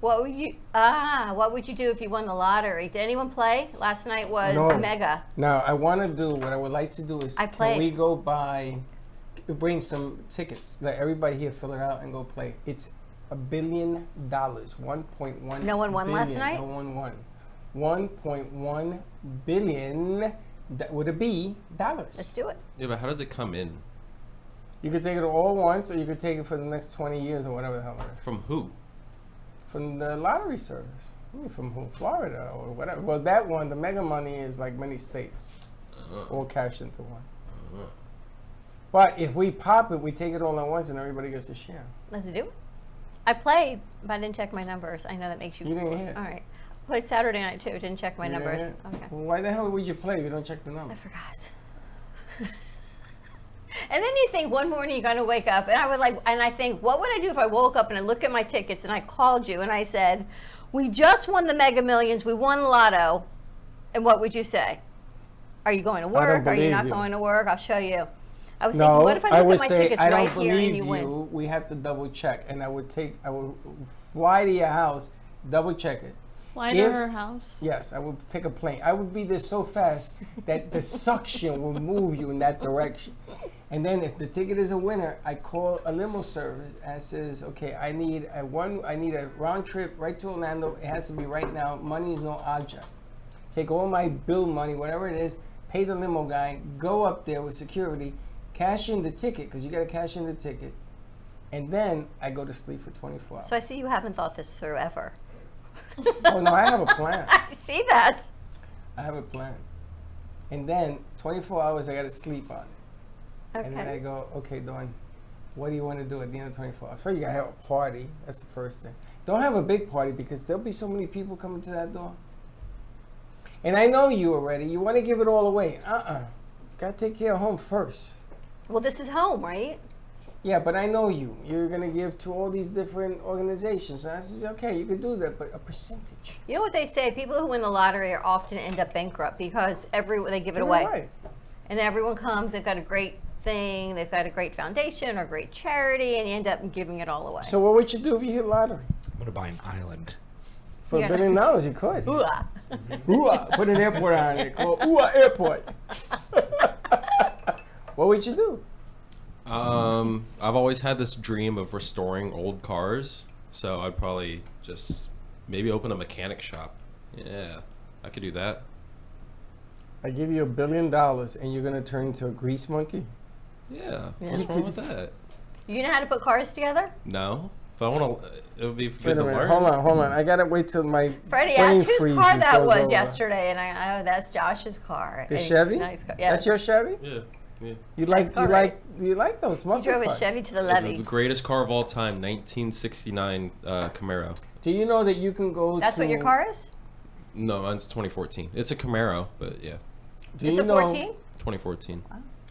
Speaker 2: What would you ah? What would you do if you won the lottery? Did anyone play last night? Was
Speaker 1: No.
Speaker 2: mega.
Speaker 1: Now, I want to do what I would like to do is
Speaker 2: I
Speaker 1: can
Speaker 2: played.
Speaker 1: we go buy, bring some tickets, let everybody here fill it out and go play. It's a billion dollars, 1.1.
Speaker 2: No one won last
Speaker 1: billion.
Speaker 2: night?
Speaker 1: No one won. 1.1 billion that would it be
Speaker 2: Let's
Speaker 1: dollars.
Speaker 2: do it.
Speaker 5: Yeah, but how does it come in?
Speaker 1: You could take it all once, or you could take it for the next 20 years or whatever the hell. it is.
Speaker 5: From who?
Speaker 1: From the lottery service, Ooh, from who? Florida or whatever. Well, that one, the mega money is like many states, all cashed into one. But if we pop it, we take it all at once, and everybody gets a share.
Speaker 2: Let's do it. I played, but I didn't check my numbers. I know that makes you.
Speaker 1: You didn't hit.
Speaker 2: All right. Played Saturday night too. Didn't check my
Speaker 1: You know
Speaker 2: numbers.
Speaker 1: what I mean?
Speaker 2: Okay.
Speaker 1: Well, why the hell would you play if you don't check the number?
Speaker 2: I forgot. and then you think one morning you're going to wake up, and I would like, and I think, what would I do if I woke up and I look at my tickets and I called you and I said, "We just won the Mega Millions. We won Lotto," and what would you say? Are you going to
Speaker 1: don't
Speaker 2: work? Are you
Speaker 1: believe
Speaker 2: not
Speaker 1: you.
Speaker 2: going to work? I'll show you. I was
Speaker 1: No,
Speaker 2: thinking, what if I
Speaker 1: would
Speaker 2: look at my
Speaker 1: say
Speaker 2: tickets
Speaker 1: I don't
Speaker 2: right here
Speaker 1: believe
Speaker 2: and you, win?
Speaker 1: We have to double check, and I would take, I would fly to your house, double check it.
Speaker 6: Fly to
Speaker 1: If-
Speaker 6: her house.
Speaker 1: Yes, I would take a plane. I would be there so fast that the suction will move you in that direction. And then if the ticket is a winner, I call a limo service and says, "Okay, I need a one. I need a round trip right to Orlando. It has to be right now. Money is no object. Take all my bill money, whatever it is. Pay the limo guy. Go up there with security. Cash in the ticket because you got to cash in the ticket. And then I go to sleep for 24 hours.
Speaker 2: So I see you haven't thought this through ever.
Speaker 1: oh no, I have a plan.
Speaker 2: (laughs) I see that.
Speaker 1: I have a plan. And then 24 hours, I got to sleep on it. And then I
Speaker 2: Okay.
Speaker 1: go, okay, Dawn, what do you want to do at the end of 24 hours? First, you got to have a party. That's the first thing. Don't have a big party because there'll be so many people coming to that door. And I know you already. You want to give it all away. Uh uh Got to take care of home first.
Speaker 2: Well, this is home, right?
Speaker 1: Yeah, but I know you. You're going to give to all these different organizations. And I says, okay, you could do that, but a percentage.
Speaker 2: You know what they say? People who win the lottery are often end up bankrupt because every they give it away,
Speaker 1: Right.
Speaker 2: and everyone comes. They've got a great thing, they've got a great foundation or great charity, and you end up giving it all away.
Speaker 1: So, what would you do if you hit lottery?
Speaker 4: I'm gonna buy an island.
Speaker 1: For
Speaker 2: Yeah.
Speaker 1: a billion dollars, you could.
Speaker 2: Ooh-ah.
Speaker 5: Mm-hmm.
Speaker 1: Ooh, put an airport on it. Call Ooh Airport. (laughs) what would you do?
Speaker 5: Um, I've always had this dream of restoring old cars, so I'd probably just maybe open a mechanic shop. Yeah, I could do that.
Speaker 1: I give you a billion dollars and you're gonna turn into a grease monkey.
Speaker 5: Yeah, what's wrong with that?
Speaker 2: you know how to put cars together?
Speaker 5: No, if I want to, it would be
Speaker 1: Wait
Speaker 5: good
Speaker 1: a
Speaker 5: to
Speaker 1: minute.
Speaker 5: learn.
Speaker 1: Hold on, hold on. I gotta wait till my
Speaker 2: Freddie
Speaker 1: brain
Speaker 2: asked whose
Speaker 1: freezes,
Speaker 2: car that
Speaker 1: goes
Speaker 2: was
Speaker 1: over.
Speaker 2: yesterday, and I oh, that's Josh's car.
Speaker 1: The
Speaker 2: And it's a
Speaker 1: Chevy.
Speaker 2: Nice car. Yeah,
Speaker 1: That's your Chevy.
Speaker 5: Yeah, yeah.
Speaker 1: You
Speaker 2: nice
Speaker 1: like
Speaker 2: car,
Speaker 1: you
Speaker 2: right?
Speaker 1: like you like those muscle
Speaker 2: drove a
Speaker 1: cars.
Speaker 2: Chevy to the
Speaker 5: The,
Speaker 2: levee.
Speaker 5: the greatest car of all time, 1969 uh, Camaro.
Speaker 1: Do you know that you can go?
Speaker 2: That's
Speaker 1: to,
Speaker 2: what your car is?
Speaker 5: No, mine's 2014. It's a Camaro, but yeah,
Speaker 1: Do
Speaker 2: It's
Speaker 1: you
Speaker 2: a
Speaker 1: know
Speaker 2: 14?
Speaker 5: 2014.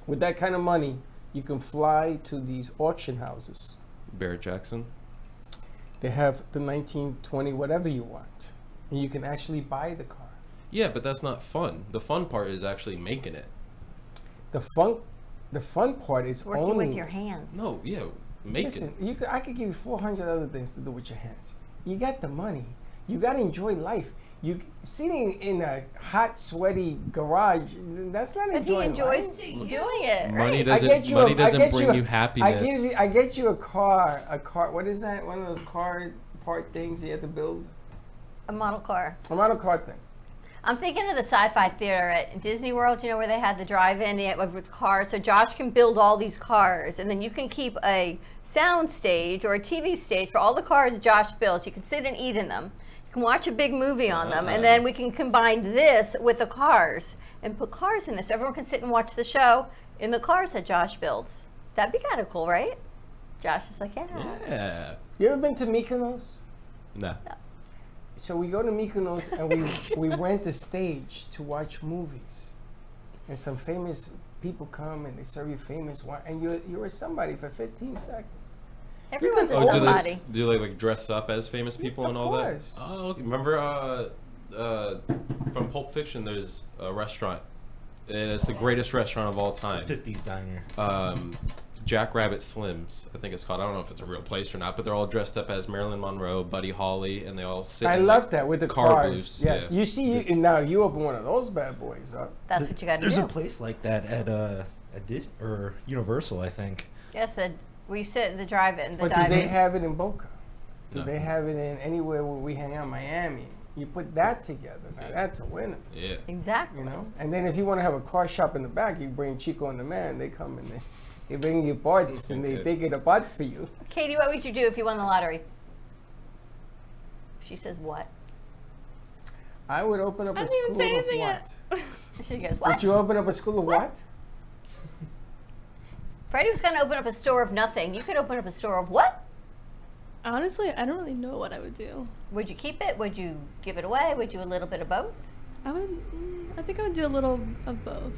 Speaker 1: with that kind of money, you can fly to these auction houses.
Speaker 5: Barrett Jackson.
Speaker 1: They have the 1920 whatever you want, and you can actually buy the car.
Speaker 5: Yeah, but that's not fun. The fun part is actually making it.
Speaker 1: The fun, the fun part is
Speaker 2: Working
Speaker 1: owning
Speaker 2: with your
Speaker 1: it.
Speaker 2: hands.
Speaker 5: No, yeah, make
Speaker 1: Listen,
Speaker 5: it.
Speaker 1: you could, I could give you 400 other things to do with your hands. You got the money. You got to enjoy life. You sitting in a hot, sweaty garage. That's not
Speaker 2: But he
Speaker 1: enjoying life.
Speaker 2: enjoys doing it.
Speaker 5: Money
Speaker 2: right?
Speaker 1: I
Speaker 5: doesn't.
Speaker 1: get you a-
Speaker 5: money
Speaker 1: I
Speaker 5: doesn't
Speaker 1: get
Speaker 5: bring
Speaker 1: you a-
Speaker 5: you
Speaker 1: I
Speaker 5: happiness.
Speaker 1: give you, I get you a car, a car. What is that? One of those car part things you have to build.
Speaker 2: A model car.
Speaker 1: A model car thing.
Speaker 2: I'm thinking of the sci-fi theater at Disney World. You know where they had the drive-in yet with- with cars. So Josh can build all these cars, and then you can keep a sound stage or a TV stage for all the cars Josh builds. You can sit and eat in them. You can watch a big movie on them, and then we can combine this with the cars and put cars in this. So everyone can sit and watch the show in the cars that Josh builds. That'd be kind of cool, right? Josh is like, yeah.
Speaker 5: yeah.
Speaker 1: You ever been to Mykonos?
Speaker 5: Nah.
Speaker 1: So we go to Mykonos and we we rent a stage to watch movies, and some famous people come and they serve you famous wine, and you're you're with somebody for 15 seconds.
Speaker 2: Everyone's a
Speaker 1: Oh,
Speaker 5: do
Speaker 2: somebody.
Speaker 5: they do they like dress up as famous people
Speaker 1: Of
Speaker 5: and all
Speaker 1: course.
Speaker 5: that? Oh, okay. remember uh, uh, from Pulp Fiction? There's a restaurant, and it's the greatest restaurant of all time.
Speaker 4: 50s diner.
Speaker 5: Um, Jackrabbit Slims, I think it's called. I don't know if it's a real place or not, but they're all dressed up as Marilyn Monroe, Buddy Holly, and they all sit.
Speaker 1: I
Speaker 5: in,
Speaker 1: love
Speaker 5: like,
Speaker 1: that with the
Speaker 5: car
Speaker 1: cars.
Speaker 5: booths,
Speaker 1: yes,
Speaker 5: yeah.
Speaker 1: you see, you, and now you open one of those bad boys up.
Speaker 2: That's what you got to
Speaker 4: There's
Speaker 2: do.
Speaker 4: a place like that at uh at Dis or Universal, I think.
Speaker 2: yes, the, we sit in the drive-in, the
Speaker 1: But do
Speaker 2: drive-in.
Speaker 1: they have it in Boca? Do
Speaker 5: No.
Speaker 1: they have it in anywhere where we hang out, Miami? You put that together, now that's a winner,
Speaker 5: Yeah.
Speaker 2: exactly.
Speaker 1: you know. And then if you want to have a car shop in the back, you bring Chico and the man. They come and they, they bring you parts and they
Speaker 5: Okay.
Speaker 1: they get a part for you.
Speaker 2: Katie, what would you do if you won the lottery? She says what? (laughs)
Speaker 1: I would open up
Speaker 6: I
Speaker 1: a
Speaker 6: didn't even
Speaker 1: school
Speaker 6: say
Speaker 1: of
Speaker 6: anything
Speaker 1: what?
Speaker 6: yet.
Speaker 2: She goes
Speaker 1: Would
Speaker 2: what?
Speaker 1: you open up a school of what?
Speaker 2: Freddie was going to open up a store of nothing. You could open up a store of what?
Speaker 6: Honestly, I don't really know what I would do.
Speaker 2: Would you keep it? Would you give it away? Would you a little bit of both?
Speaker 6: I would. mm, I think I would do a little of both.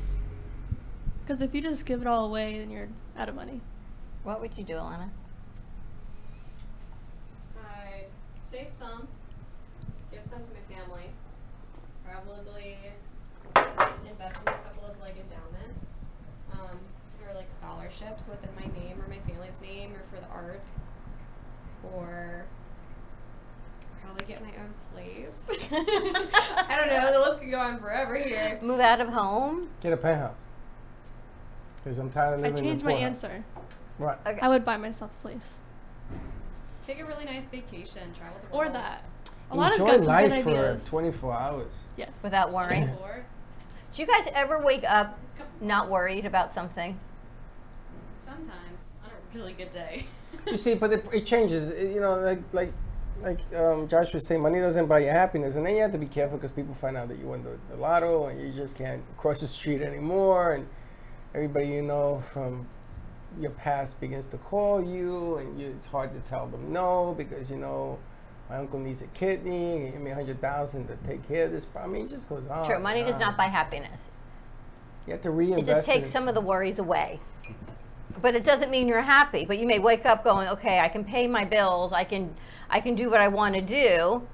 Speaker 6: Because if you just give it all away, then you're out of money.
Speaker 2: What would you do, Alana?
Speaker 7: I save some, give some to my family, probably invest in a couple of like endowments um, or like scholarships within my name or my family's name or for the arts, or probably get my own place. (laughs) (laughs) I don't know. The list could go on forever here.
Speaker 2: (laughs) Move out of home?
Speaker 1: Get a penthouse. Because I'm tired of
Speaker 6: I
Speaker 1: living in a
Speaker 6: changed my
Speaker 1: poorhouse.
Speaker 6: answer.
Speaker 1: Right.
Speaker 6: I would buy myself a place.
Speaker 7: Take a really nice vacation. Travel the
Speaker 6: Or
Speaker 7: world.
Speaker 6: that. Alana's
Speaker 1: Enjoy
Speaker 6: got some
Speaker 1: life
Speaker 6: good ideas.
Speaker 1: for 24 hours.
Speaker 6: yes.
Speaker 2: Without worrying.
Speaker 7: Or
Speaker 2: do you guys ever wake up not worried about something?
Speaker 7: sometimes on a really good day.
Speaker 1: You see, but it, it changes. It- you know, like like like um, Josh was saying, money doesn't buy you happiness, and then you have to be careful because people find out that you won the, the lotto, and you just can't cross the street anymore, and everybody you know from your past begins to call you, and you, it's hard to tell them no because you know. My uncle needs a kidney. and Give me a hundred thousand to take care of this. pro-" I mean, it just goes on.
Speaker 2: True, money
Speaker 1: and
Speaker 2: does
Speaker 1: on.
Speaker 2: not buy happiness.
Speaker 1: You have to reinvest.
Speaker 2: It just
Speaker 1: in
Speaker 2: takes
Speaker 1: it.
Speaker 2: some of the worries away. But it doesn't mean you're happy. But you may wake up going, okay, I can pay my bills. I can, I can do what I want to do.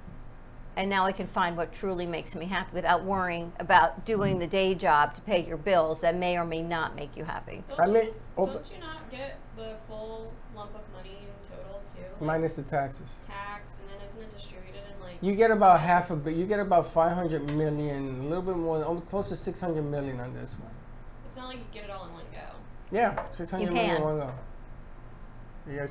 Speaker 2: And now I can find what truly makes me happy without worrying about doing the day job to pay your bills that may or may not make you happy.
Speaker 1: (laughs)
Speaker 7: Don't
Speaker 1: I
Speaker 7: you-
Speaker 1: mean, oh, open,
Speaker 7: Don't you not get the full lump of money in total too? Like,
Speaker 1: minus the taxes.
Speaker 7: taxed and then isn't it distributed in like
Speaker 1: You get about half of it. You get about 500 million, a little bit more, oh, close to 600 million on this one.
Speaker 7: it's not like you get it all in one go.
Speaker 1: Oh, Yeah, 600 million in
Speaker 2: can.
Speaker 1: one go. You got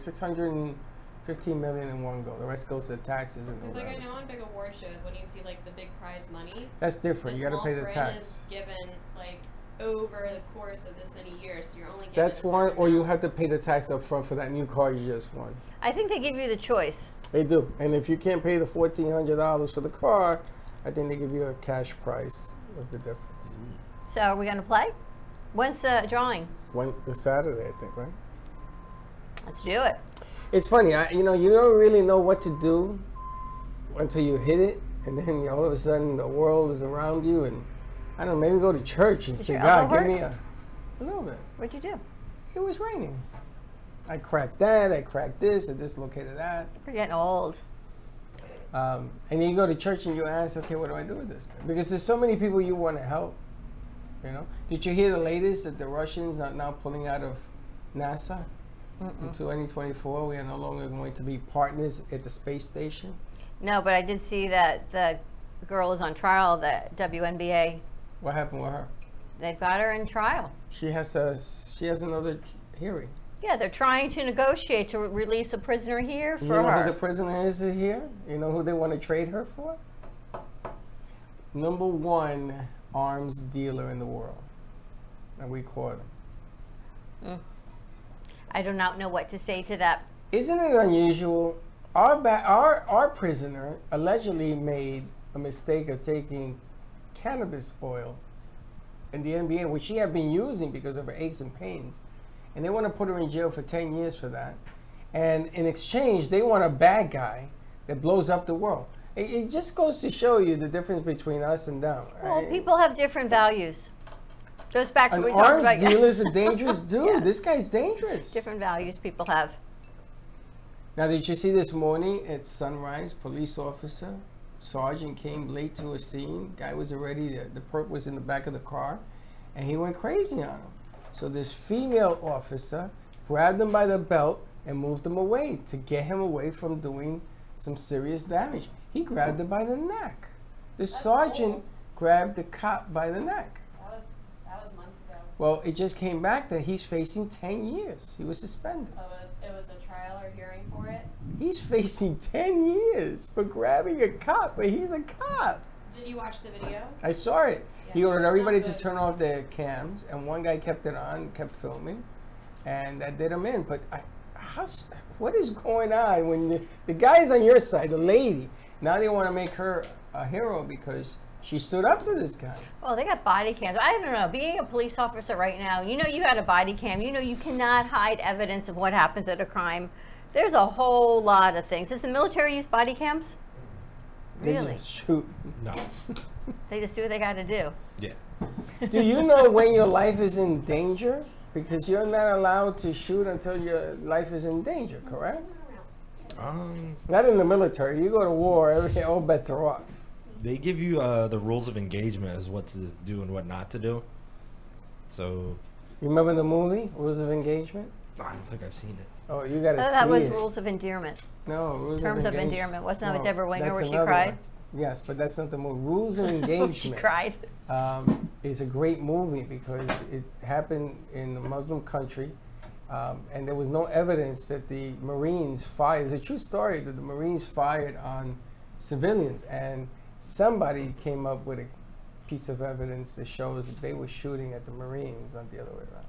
Speaker 1: 615 million in one go. The rest goes to taxes and
Speaker 7: Because like I
Speaker 1: whatever.
Speaker 7: know on big award shows when you see like the big prize money,
Speaker 1: That's
Speaker 7: the
Speaker 1: different. You got to
Speaker 7: small
Speaker 1: pay the
Speaker 7: print
Speaker 1: tax.
Speaker 7: is given like over the course of this many years, so you're only given
Speaker 1: That's
Speaker 7: a
Speaker 1: one,
Speaker 7: certain
Speaker 1: or you
Speaker 7: amount.
Speaker 1: have to pay the tax up front for that new car you just won.
Speaker 2: I think they give you the choice.
Speaker 1: They do. And if you can't pay the $1,400 for the car, I think they give you a cash price of the difference.
Speaker 2: So are we going to play? When's the drawing?
Speaker 1: One Saturday, I think, right?
Speaker 2: Let's do it.
Speaker 1: It's funny, I, you know, you don't really know what to do until you hit it, and then you know, all of a sudden the world is around you. And I don't know, maybe go to church and say,
Speaker 2: your
Speaker 1: God,
Speaker 2: elbow
Speaker 1: give
Speaker 2: hurt?
Speaker 1: me a. A little bit.
Speaker 2: What'd you do?
Speaker 1: It was raining. I cracked that. I cracked this. I dislocated that.
Speaker 2: We're getting old.
Speaker 1: Um, and then you go to church and you ask, okay, what do I do with this thing? Because there's so many people you want to help. You know? Did you hear the latest that the Russians are now pulling out of NASA? In 2024, we are no longer going to be partners at the space station.
Speaker 2: No, but I did see that the girl is on trial. The WNBA,
Speaker 1: What happened with her?
Speaker 2: they've got her in trial.
Speaker 1: She has a she has another hearing.
Speaker 2: Yeah, they're trying to negotiate to re- release a prisoner here
Speaker 1: You know
Speaker 2: for
Speaker 1: who
Speaker 2: her.
Speaker 1: the prisoner is here? You know who they want to trade her for? Number one arms dealer in the world. And we caught him.
Speaker 2: I do not know what to say to that.
Speaker 1: Isn't it unusual? Our, ba- our, our prisoner allegedly made a mistake of taking cannabis oil in the NBA, which she had been using because of her aches and pains. And they want to put her in jail for 10 years for that. And in exchange, they want a bad guy that blows up the world. It, it just goes to show you the difference between us and them.
Speaker 2: Well,
Speaker 1: right?
Speaker 2: people have different values. Goes back to
Speaker 1: An
Speaker 2: what we talked
Speaker 1: arms
Speaker 2: about.
Speaker 1: dealer is a dangerous dude.
Speaker 2: Yeah.
Speaker 1: This guy's dangerous.
Speaker 2: (laughs) different values people have.
Speaker 1: Now, did you see this morning at sunrise? Police officer, sergeant came late to a scene. Guy was already there. The perp was in the back of the car, and he went crazy on him. So this female officer grabbed him by the belt and moved him away to get him away from doing some serious damage. He grabbed her by the neck. The sergeant
Speaker 7: old.
Speaker 1: grabbed the cop by the neck.
Speaker 7: That was that was months ago.
Speaker 1: Well, it just came back that he's facing 10 years. He was suspended.
Speaker 7: Oh, it was a trial or hearing for it.
Speaker 1: He's facing 10 years for grabbing a cop, but he's a cop.
Speaker 7: Did you watch the video?
Speaker 1: I saw it. he
Speaker 7: Yeah,
Speaker 1: ordered everybody to
Speaker 7: sounds good.
Speaker 1: turn off their cams, and one guy kept it on, kept filming, and that did him in. But I, how, s- what is going on when you, the guy's on your side, the lady? Now they want to make her a hero because she stood up to this guy.
Speaker 2: Well, they got body cams. I don't know. Being a police officer right now, you know, you got a body cam. You know, you cannot hide evidence of what happens at a crime. There's a whole lot of things. Does the military use body cams?
Speaker 1: They
Speaker 2: Really?
Speaker 1: just Shoot.
Speaker 4: No.
Speaker 2: They just do what they got to do.
Speaker 4: Yeah.
Speaker 1: Do you know when your life is in danger? Because you're not allowed to shoot until your life is in danger, correct?
Speaker 4: Um,
Speaker 1: Not in the military. You go to war, every, (laughs) all bets are off.
Speaker 4: they give you uh, the rules of engagement as what to do and what not to do. So
Speaker 1: Remember the movie Rules of Engagement?
Speaker 4: I don't think I've seen it.
Speaker 1: Oh, you gotta
Speaker 2: I thought
Speaker 1: see
Speaker 2: that was
Speaker 1: it.
Speaker 2: rules of endearment.
Speaker 1: no, rules
Speaker 2: terms of
Speaker 1: engage-
Speaker 2: endearment. Wasn't that with
Speaker 1: No,
Speaker 2: Deborah Winger
Speaker 1: that's
Speaker 2: where she
Speaker 1: another
Speaker 2: cried?
Speaker 1: one. Yes, but that's not the movie. Rules
Speaker 2: (laughs)
Speaker 1: of
Speaker 2: she
Speaker 1: Engagement
Speaker 2: cried.
Speaker 1: um, is a great movie because it happened in a Muslim country, um, and there was no evidence that the Marines fired. It's a true story that the Marines fired on civilians, and somebody came up with a piece of evidence that shows that they were shooting at the Marines, not the other way around.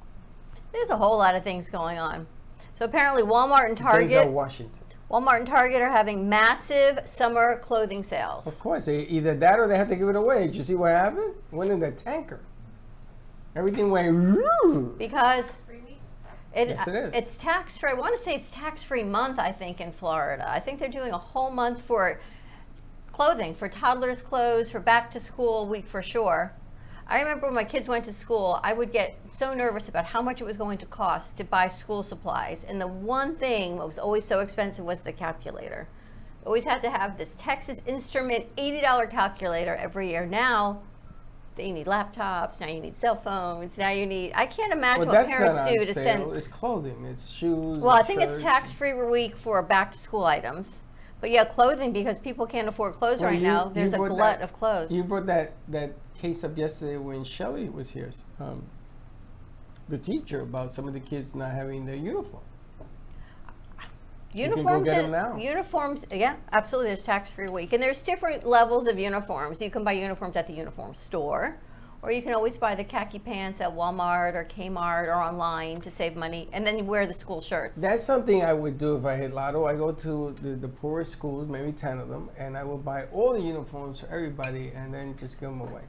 Speaker 2: There's a whole lot of things going on. So apparently, Walmart and
Speaker 1: Denzel
Speaker 2: Target,
Speaker 1: Washington.
Speaker 2: Walmart and Target are having massive summer clothing sales.
Speaker 1: Of course, they, either that or they have to give it away. Did you see what happened? Went in the tanker. Everything went. "Woo."
Speaker 2: Because
Speaker 7: Free week?
Speaker 2: It,
Speaker 1: Yes, it is.
Speaker 2: It's tax free. I want to say it's tax free month, I think, in Florida. I think they're doing a whole month for clothing, for toddlers' clothes, for back to school week for sure. I remember when my kids went to school, I would get so nervous about how much it was going to cost to buy school supplies. And the one thing that was always so expensive was the calculator. Always had to have this Texas Instrument $80 calculator every year. Now, you need laptops, now you need cell phones, now you need. I can't imagine
Speaker 1: Well,
Speaker 2: what
Speaker 1: that's not
Speaker 2: parents
Speaker 1: on
Speaker 2: do to
Speaker 1: sale.
Speaker 2: send.
Speaker 1: It's clothing. It's shoes.
Speaker 2: Well, I think it's
Speaker 1: shirts.
Speaker 2: tax free week for back to school items. But yeah, clothing because people can't afford clothes
Speaker 1: Well,
Speaker 2: right
Speaker 1: you-
Speaker 2: now.
Speaker 1: you
Speaker 2: There's a
Speaker 1: brought
Speaker 2: glut
Speaker 1: that-
Speaker 2: of clothes.
Speaker 1: You brought that that case up yesterday when Shelley was here. Um, the teacher about some of the kids not having their uniform. can go
Speaker 2: uniforms,
Speaker 1: get
Speaker 2: is-
Speaker 1: 'em now.
Speaker 2: uniforms, yeah, absolutely. There's tax free week, and there's different levels of uniforms. You can buy uniforms at the uniform store, or you can always buy the khaki pants at Walmart or Kmart or online to save money, and then you wear the school shirts.
Speaker 1: That's something I would do if I hit lotto. I go to the, the poorest schools, maybe ten of them, and I will buy all the uniforms for everybody, and then just give them away.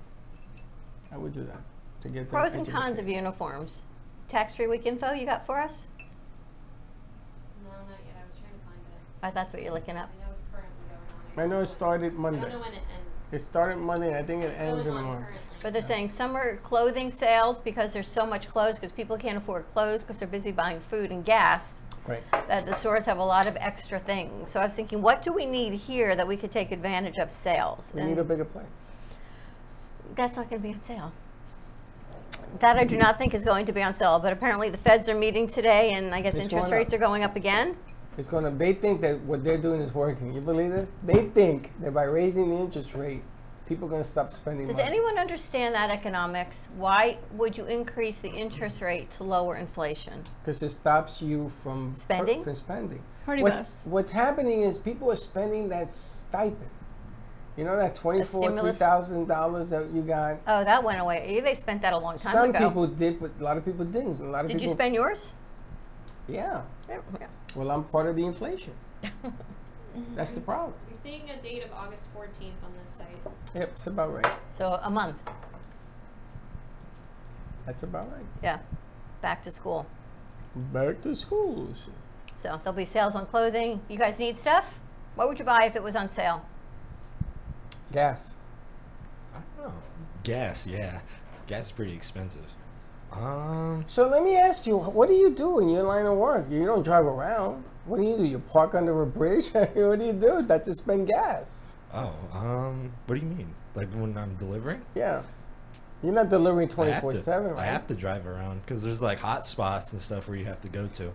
Speaker 1: I would do that to get them
Speaker 2: Pros and
Speaker 1: educated.
Speaker 2: cons of uniforms. Tax free week info you got for us?
Speaker 7: No, not yet. I was trying to find it.
Speaker 2: Oh, Uh, that's what you're looking up.
Speaker 7: I know it's currently going on.
Speaker 1: I know it started
Speaker 7: I
Speaker 1: Monday.
Speaker 7: don't know when it ends.
Speaker 1: It started Monday. and I think it
Speaker 7: It's
Speaker 1: ends in
Speaker 7: going
Speaker 1: the
Speaker 7: on
Speaker 1: morning.
Speaker 7: currently.
Speaker 2: But they're saying summer clothing sales because there's so much clothes because people can't afford clothes because they're busy buying food and gas
Speaker 1: Right.
Speaker 2: that the stores have a lot of extra things. So I was thinking, what do we need here that we could take advantage of sales?
Speaker 1: We
Speaker 2: And
Speaker 1: need a bigger plate.
Speaker 2: that's not going to be on sale. That I do not think is going to be on sale. But apparently the Feds are meeting today, and I guess
Speaker 1: It's
Speaker 2: interest
Speaker 1: going
Speaker 2: rates
Speaker 1: up.
Speaker 2: are going up again.
Speaker 1: It's gonna. They think that what they're doing is working. You believe it? They think that by raising the interest rate, people are gonna stop spending
Speaker 2: Does
Speaker 1: money.
Speaker 2: anyone understand that economics? Why would you increase the interest rate to lower inflation?
Speaker 1: because it stops you from per-
Speaker 2: Spending?
Speaker 1: From spending.
Speaker 6: Party
Speaker 1: What-
Speaker 6: bus.
Speaker 1: What's happening is people are spending that stipend. You know that twenty-four, three
Speaker 2: stimulus?
Speaker 1: thousand dollars that you got.
Speaker 2: Oh, that went away. Eh, They spent that a long time
Speaker 1: Some
Speaker 2: ago.
Speaker 1: people did, but a lot of people didn't. A lot of
Speaker 2: Did you
Speaker 1: people.
Speaker 2: spend yours?
Speaker 1: Yeah.
Speaker 2: Yeah, yeah.
Speaker 1: Well, I'm part of the
Speaker 2: (laughs)
Speaker 1: inflation. That's the problem.
Speaker 7: I'm seeing a date of August 14th on this site.
Speaker 1: Yep, it's about right.
Speaker 2: So a month,
Speaker 1: That's about right.
Speaker 2: yeah, back to school.
Speaker 1: Back to schools.
Speaker 2: So there'll be sales on clothing. You guys need stuff? What would you buy if it was on sale?
Speaker 1: Gas.
Speaker 4: Oh, gas, yeah. Gas is pretty expensive. Um,
Speaker 1: So let me ask you, what do you do in your line of work? You don't drive around. What do you do? You park under a bridge? (laughs) what do you do? That's to spend gas.
Speaker 4: oh, um, what do you mean? Like when I'm delivering?
Speaker 1: Yeah. You're not delivering
Speaker 4: I have to-
Speaker 1: 24 7, right?
Speaker 4: I have to drive around because there's like hot spots and stuff where you have to go to.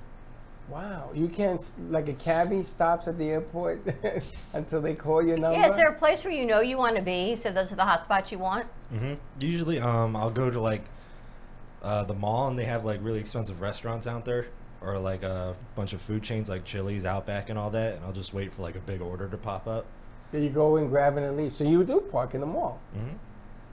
Speaker 1: Wow. You can't, s- like a cabbie stops at the airport (laughs) until they call your number?
Speaker 2: Yeah, is there a place where you know you want to be? So those are the hot spots you want.
Speaker 4: hmm Usually, um, I'll go to like uh, the mall and they have like really expensive restaurants out there, or like a bunch of food chains like Chili's, Outback, and all that. And I'll just wait for like a big order to pop up.
Speaker 1: Then you go and grab it and leave. So you do park in the mall.
Speaker 4: Mhm.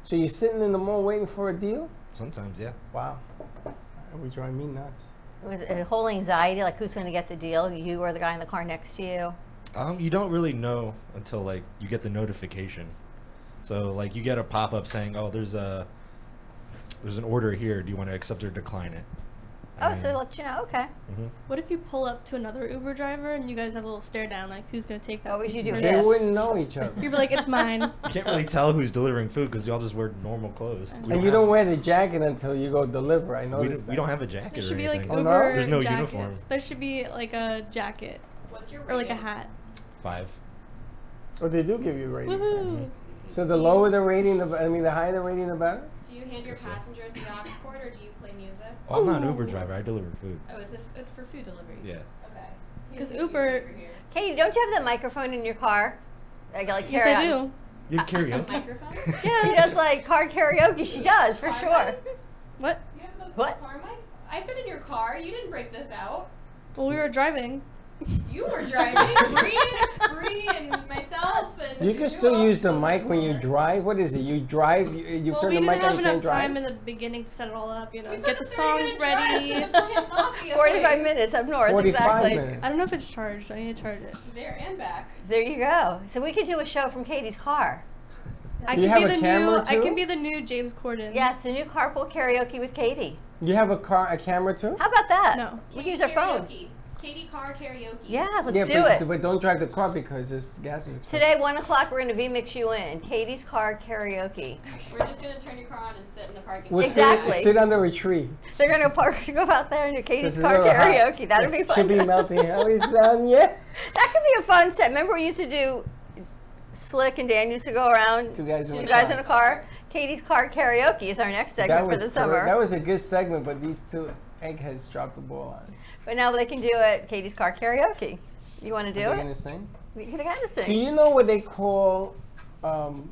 Speaker 1: So you're sitting in the mall waiting for a deal?
Speaker 4: Sometimes, yeah.
Speaker 1: Wow. That would drive me nuts.
Speaker 2: It was a whole anxiety, like who's going to get the deal? You or the guy in the car next to you?
Speaker 4: Um, you don't really know until like you get the notification. So like you get a pop up saying, "Oh, there's a there's an order here. Do you want to accept or decline it?" mm-hmm.
Speaker 2: Oh, so they
Speaker 1: Mm.
Speaker 2: let you know. Okay.
Speaker 6: (laughs) What if you pull up to another Uber driver and you guys have a little stare down, like who's gonna take that?
Speaker 7: Oh,
Speaker 2: What would you do?
Speaker 6: Uber?
Speaker 2: Yeah.
Speaker 1: They wouldn't know each other.
Speaker 6: You'd be like, it's
Speaker 1: (laughs)
Speaker 6: mine.
Speaker 4: You can't really tell who's delivering food because we all just wear normal clothes. We
Speaker 1: And you don't
Speaker 4: have-
Speaker 1: wear the jacket until you go deliver. I
Speaker 4: we,
Speaker 1: noticed
Speaker 4: don't- we
Speaker 1: that.
Speaker 4: don't have a
Speaker 6: There
Speaker 4: jacket or
Speaker 6: should be like
Speaker 4: anything.
Speaker 1: Oh,
Speaker 6: Uber
Speaker 1: no?
Speaker 4: There's no
Speaker 6: jackets.
Speaker 4: uniform.
Speaker 6: There should be like a jacket
Speaker 7: What's your
Speaker 6: or like a
Speaker 7: rating?
Speaker 6: hat.
Speaker 4: Five.
Speaker 1: Oh, they do give you ratings.
Speaker 2: Mm-hmm.
Speaker 6: Woohoo!
Speaker 1: So the lower the rating, the b- I mean, the higher the rating, the better.
Speaker 7: Do you hand your
Speaker 4: Yes, sir.
Speaker 7: passengers the aux cord or do you play music?
Speaker 4: Oh, I'm not an Uber driver. I deliver food.
Speaker 7: Oh, it's, a, it's for food delivery.
Speaker 4: Yeah.
Speaker 7: Okay.
Speaker 6: 'Cause
Speaker 7: Here's what
Speaker 6: Uber-
Speaker 7: you do over here.
Speaker 2: Katie, don't you have that microphone in your car? Like, like
Speaker 6: Yes,
Speaker 2: carry
Speaker 6: I
Speaker 2: on-
Speaker 6: do.
Speaker 4: You have
Speaker 6: (laughs)
Speaker 4: karaoke?
Speaker 7: Microphone?
Speaker 6: Yeah.
Speaker 2: She does like car karaoke. She does for
Speaker 7: Car
Speaker 2: sure.
Speaker 7: mic?
Speaker 6: What?
Speaker 7: You have a
Speaker 2: What?
Speaker 7: car mic? I've been in your car. You didn't break this out.
Speaker 6: Well, we were driving.
Speaker 7: You were driving. Bree, Bree, and myself. And
Speaker 1: You can
Speaker 7: who
Speaker 1: still
Speaker 7: else
Speaker 1: use the
Speaker 7: was
Speaker 1: mic when you
Speaker 7: there?
Speaker 1: drive. What is it? You drive. You, you
Speaker 6: well,
Speaker 1: turn
Speaker 6: we
Speaker 1: the
Speaker 6: didn't
Speaker 1: mic on.
Speaker 6: have
Speaker 1: You
Speaker 6: enough
Speaker 1: can't
Speaker 6: time
Speaker 1: drive.
Speaker 6: in the beginning to set it all up. You know,
Speaker 7: We
Speaker 6: get
Speaker 7: took
Speaker 6: the
Speaker 7: a 30
Speaker 6: songs
Speaker 7: minute drive
Speaker 6: ready.
Speaker 7: to the Plant Mafia
Speaker 2: Forty-five
Speaker 7: place.
Speaker 2: minutes up north.
Speaker 1: Forty-five
Speaker 2: exactly.
Speaker 1: minutes.
Speaker 6: I don't know if it's charged. I need to charge it.
Speaker 7: There and back.
Speaker 2: There you go. So we could do a show from Katie's car.
Speaker 6: I
Speaker 1: Do
Speaker 6: can
Speaker 1: you
Speaker 6: be
Speaker 1: have a
Speaker 6: the
Speaker 1: camera,
Speaker 6: new. I
Speaker 1: too?
Speaker 6: can be the new James Corden.
Speaker 2: Yes, the new carpool karaoke with Katie.
Speaker 1: You have a car, a camera too.
Speaker 2: How about that?
Speaker 6: No.
Speaker 2: We can use our phone.
Speaker 7: Karaoke. Katie Carr karaoke.
Speaker 2: Yeah, let's
Speaker 1: yeah,
Speaker 2: do
Speaker 1: but,
Speaker 2: it.
Speaker 1: but don't drive the car because it's gas is expensive.
Speaker 2: Today, one o'clock, we're gonna VMix you in Katie's car (laughs) karaoke.
Speaker 7: We're just gonna turn your car on and sit in the parking
Speaker 1: We'll
Speaker 7: lot.
Speaker 2: Exactly.
Speaker 1: sit, sit under a
Speaker 2: (laughs)
Speaker 1: tree.
Speaker 2: They're gonna park, go out there and do
Speaker 1: This
Speaker 2: Katie's
Speaker 1: is
Speaker 2: car
Speaker 1: a little hot.
Speaker 2: karaoke. That'd be fun.
Speaker 1: Should be
Speaker 2: (laughs)
Speaker 1: melting. Oh, it's done yet?
Speaker 2: That could be a fun set. Remember, we used to do Slick and Dan used to go around.
Speaker 1: Two guys in a
Speaker 2: two guys
Speaker 1: car.
Speaker 2: in a car. Katie's car karaoke is our next
Speaker 1: That
Speaker 2: segment for
Speaker 1: was
Speaker 2: the
Speaker 1: correct.
Speaker 2: summer.
Speaker 1: that was a good segment, but these two eggheads dropped the ball on. it.
Speaker 2: But now they can do it. Katie's car karaoke. You want to do
Speaker 1: They're
Speaker 2: it?
Speaker 1: gonna sing.
Speaker 2: We can kind of
Speaker 1: Do
Speaker 2: sing.
Speaker 1: you know what they call um,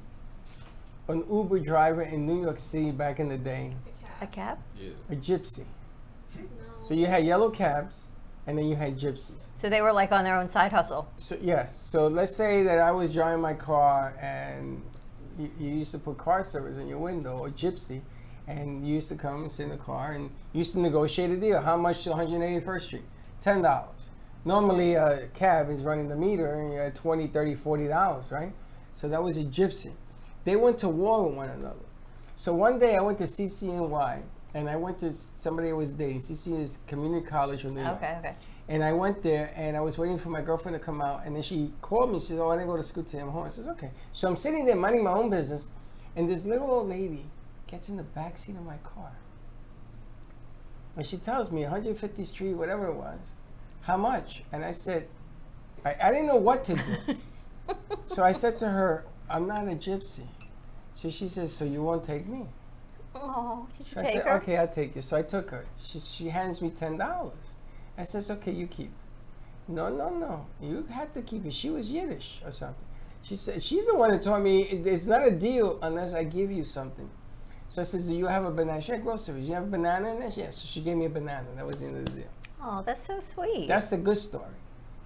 Speaker 1: an Uber driver in New York City back in the day?
Speaker 2: A cab.
Speaker 5: Yeah.
Speaker 1: A gypsy.
Speaker 7: No.
Speaker 1: So you had yellow cabs, and then you had gypsies.
Speaker 2: So they were like on their own side hustle.
Speaker 1: So yes. So let's say that I was driving my car, and you, you used to put car service in your window, or gypsy, and you used to come and sit in the car, and you used to negotiate a deal. How much to 181st Street? Ten dollars. Normally a cab is running the meter, and you're at 20, 30, 40 dollars, right? So that was a gypsy. They went to war with one another. So one day I went to CCNY, and I went to s- somebody I was dating. CCN is Community College from New York.
Speaker 2: Okay, okay.
Speaker 1: And I went there and I was waiting for my girlfriend to come out. And then she called me. She said, Oh, I didn't go to school today. I'm home. I says, Okay. So I'm sitting there minding my own business. And this little old lady gets in the back seat of my car. And she tells me 150 Street, whatever it was, how much? And I said, I, I didn't know what to do. so I said to her, I'm not a gypsy. So she says, So you won't take me?
Speaker 2: Oh, did you
Speaker 1: So I
Speaker 2: take
Speaker 1: said,
Speaker 2: her?
Speaker 1: okay, I'll take you. So I took her. She, she hands me ten dollars. I says, okay, you keep. it." No, no, no, you have to keep it. She was Yiddish or something. She said she's the one that told me "It- it's not a deal unless I give you something. So I says, do you have a banana? She had groceries. You have a banana in this? Yes. So she gave me a banana. That was the end of the deal.
Speaker 2: Oh, that's so sweet.
Speaker 1: That's the good story.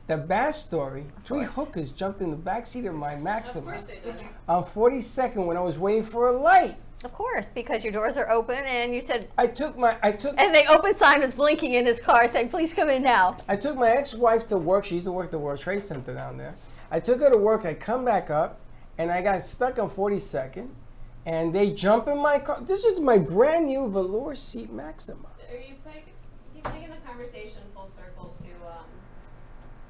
Speaker 1: The bad story: three
Speaker 2: course.
Speaker 1: hookers jumped in the backseat of my
Speaker 7: Of
Speaker 1: Maxima
Speaker 7: course they did.
Speaker 1: on 42nd when I was waiting for a light.
Speaker 2: of course, because your doors are open and you said,
Speaker 1: I took my I took
Speaker 2: and the open sign was blinking in his car saying, please come in now.
Speaker 1: I took my ex-wife to work. She used to work at the World Trade Center down there. I took her to work. I come back up, and I got stuck on 42nd, and they jump in my car. This is my brand new velour seat Maxima.
Speaker 7: Are you pick, you've taken the conversation full circle to um,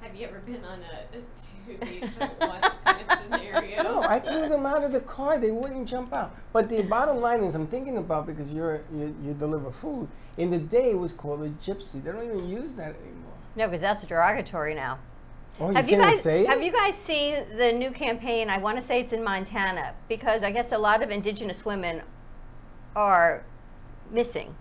Speaker 7: have you ever been on a two dates at once kind of
Speaker 2: (laughs)
Speaker 7: scenario?
Speaker 1: No, I threw them out of the car. They wouldn't jump out. But the bottom line is, I'm thinking about because you're you, you deliver food. In the day, it was called a gypsy. They don't even use that anymore.
Speaker 2: No, because that's derogatory now.
Speaker 1: Oh, you
Speaker 2: have you
Speaker 1: can't
Speaker 2: guys
Speaker 1: say
Speaker 2: have
Speaker 1: it?
Speaker 2: you guys seen the new campaign? I want to say it's in Montana because I guess a lot of indigenous women are missing.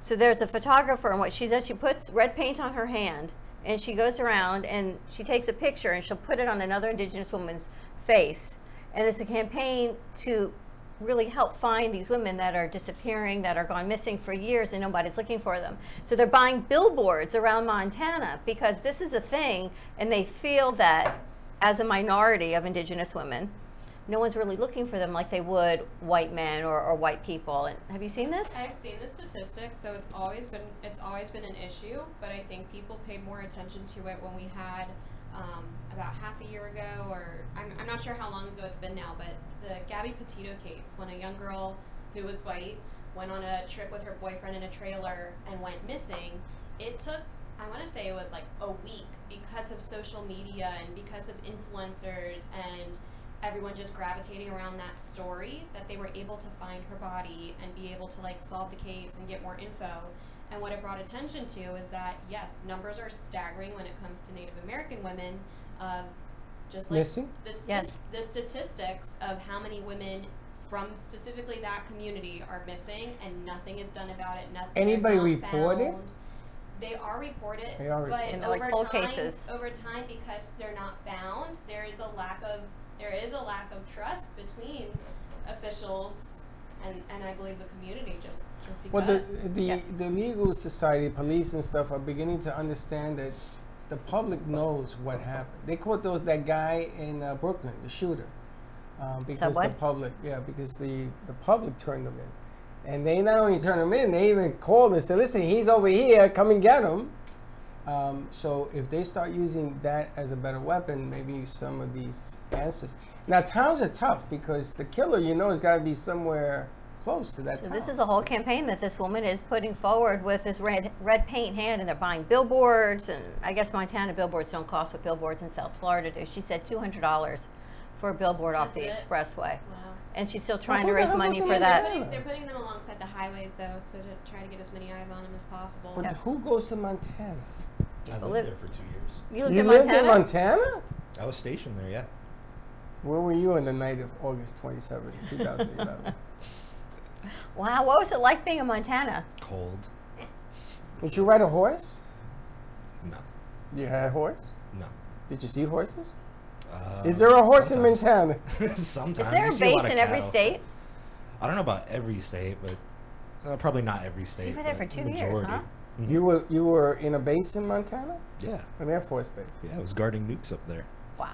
Speaker 2: So there's a photographer, and what she does, she puts red paint on her hand, and she goes around and she takes a picture, and she'll put it on another indigenous woman's face, and it's a campaign to really help find these women that are disappearing, that are gone missing for years, and nobody's looking for them. So they're buying billboards around Montana because this is a thing, and they feel that as a minority of indigenous women. No one's really looking for them like they would white men or, or white people. And have you seen this?
Speaker 7: I've seen the statistics, so it's always been it's always been an issue. But I think people paid more attention to it when we had um, about half a year ago, or I'm, I'm not sure how long ago it's been now, but the Gabby Petito case when a young girl who was white went on a trip with her boyfriend in a trailer and went missing. It took I want to say it was like a week because of social media and because of influencers and everyone just gravitating around that story that they were able to find her body and be able to like solve the case and get more info. And what it brought attention to is that yes, numbers are staggering when it comes to Native American women of just like
Speaker 1: Missing?
Speaker 7: the, st-
Speaker 2: Yes.
Speaker 7: the statistics of how many women from specifically that community are missing and nothing is done about it. Nothing. they're
Speaker 1: Anybody
Speaker 7: not
Speaker 1: report it?
Speaker 7: found. They are reported,
Speaker 1: They are
Speaker 7: but
Speaker 1: reported.
Speaker 2: And they're,
Speaker 7: over
Speaker 2: like, cold
Speaker 7: time,
Speaker 2: cases.
Speaker 7: over time, because they're not found, there is a lack of there is a lack of trust between officials and, and I believe the community just just because.
Speaker 1: Well, the the,
Speaker 2: Yeah.
Speaker 1: the legal society, police and stuff are beginning to understand that the public knows what happened. They caught those that guy in uh, Brooklyn, the shooter, um, because the
Speaker 2: Subway?
Speaker 1: public, yeah, because the the public turned them in, and they not only turned them in, they even called and said, "Listen, he's over here, come and get him." Um, so if they start using that as a better weapon, maybe some of these answers. Now towns are tough because the killer, you know, has got to be somewhere close to that
Speaker 2: So
Speaker 1: town.
Speaker 2: this is a whole campaign that this woman is putting forward with this red red paint hand, and they're buying billboards. And I guess Montana billboards don't cost what billboards in South Florida do. She said two hundred dollars for a billboard off the
Speaker 7: That's it.
Speaker 2: expressway,
Speaker 7: wow.
Speaker 2: and she's still trying
Speaker 1: who
Speaker 2: to
Speaker 1: the
Speaker 2: raise
Speaker 1: hell
Speaker 2: money
Speaker 1: goes
Speaker 2: for
Speaker 1: in
Speaker 7: They're
Speaker 2: that.
Speaker 1: there?
Speaker 7: putting, they're putting them alongside the highways though, so to try to get as many eyes on them as possible.
Speaker 1: But who goes to Montana?
Speaker 4: I
Speaker 2: live-
Speaker 4: lived there for two years.
Speaker 2: You lived
Speaker 1: you
Speaker 2: in
Speaker 1: lived
Speaker 2: Montana.
Speaker 1: in Montana?
Speaker 4: I was stationed there, yeah.
Speaker 1: Oh. Where were you on the night of August 27,
Speaker 2: (laughs)
Speaker 1: 2011?
Speaker 2: Wow, what was it like being in Montana?
Speaker 4: Cold.
Speaker 1: Did you ride a horse?
Speaker 4: No.
Speaker 1: You had a horse?
Speaker 4: No.
Speaker 1: Did you see horses?
Speaker 4: Uh,
Speaker 1: Is there a horse
Speaker 4: sometimes.
Speaker 1: in
Speaker 4: (laughs)
Speaker 1: Montana?
Speaker 4: sometimes.
Speaker 2: Is there
Speaker 4: You
Speaker 2: a
Speaker 4: see lot
Speaker 2: base
Speaker 4: of
Speaker 2: in every
Speaker 4: cattle.
Speaker 2: state?
Speaker 4: I don't know about every state, but uh, probably not every state.
Speaker 2: were there
Speaker 4: but
Speaker 2: for two years, huh?
Speaker 1: You were you were in a base in Montana?
Speaker 4: Yeah.
Speaker 1: An Air Force base.
Speaker 4: Yeah, I was guarding nukes up there.
Speaker 2: Wow,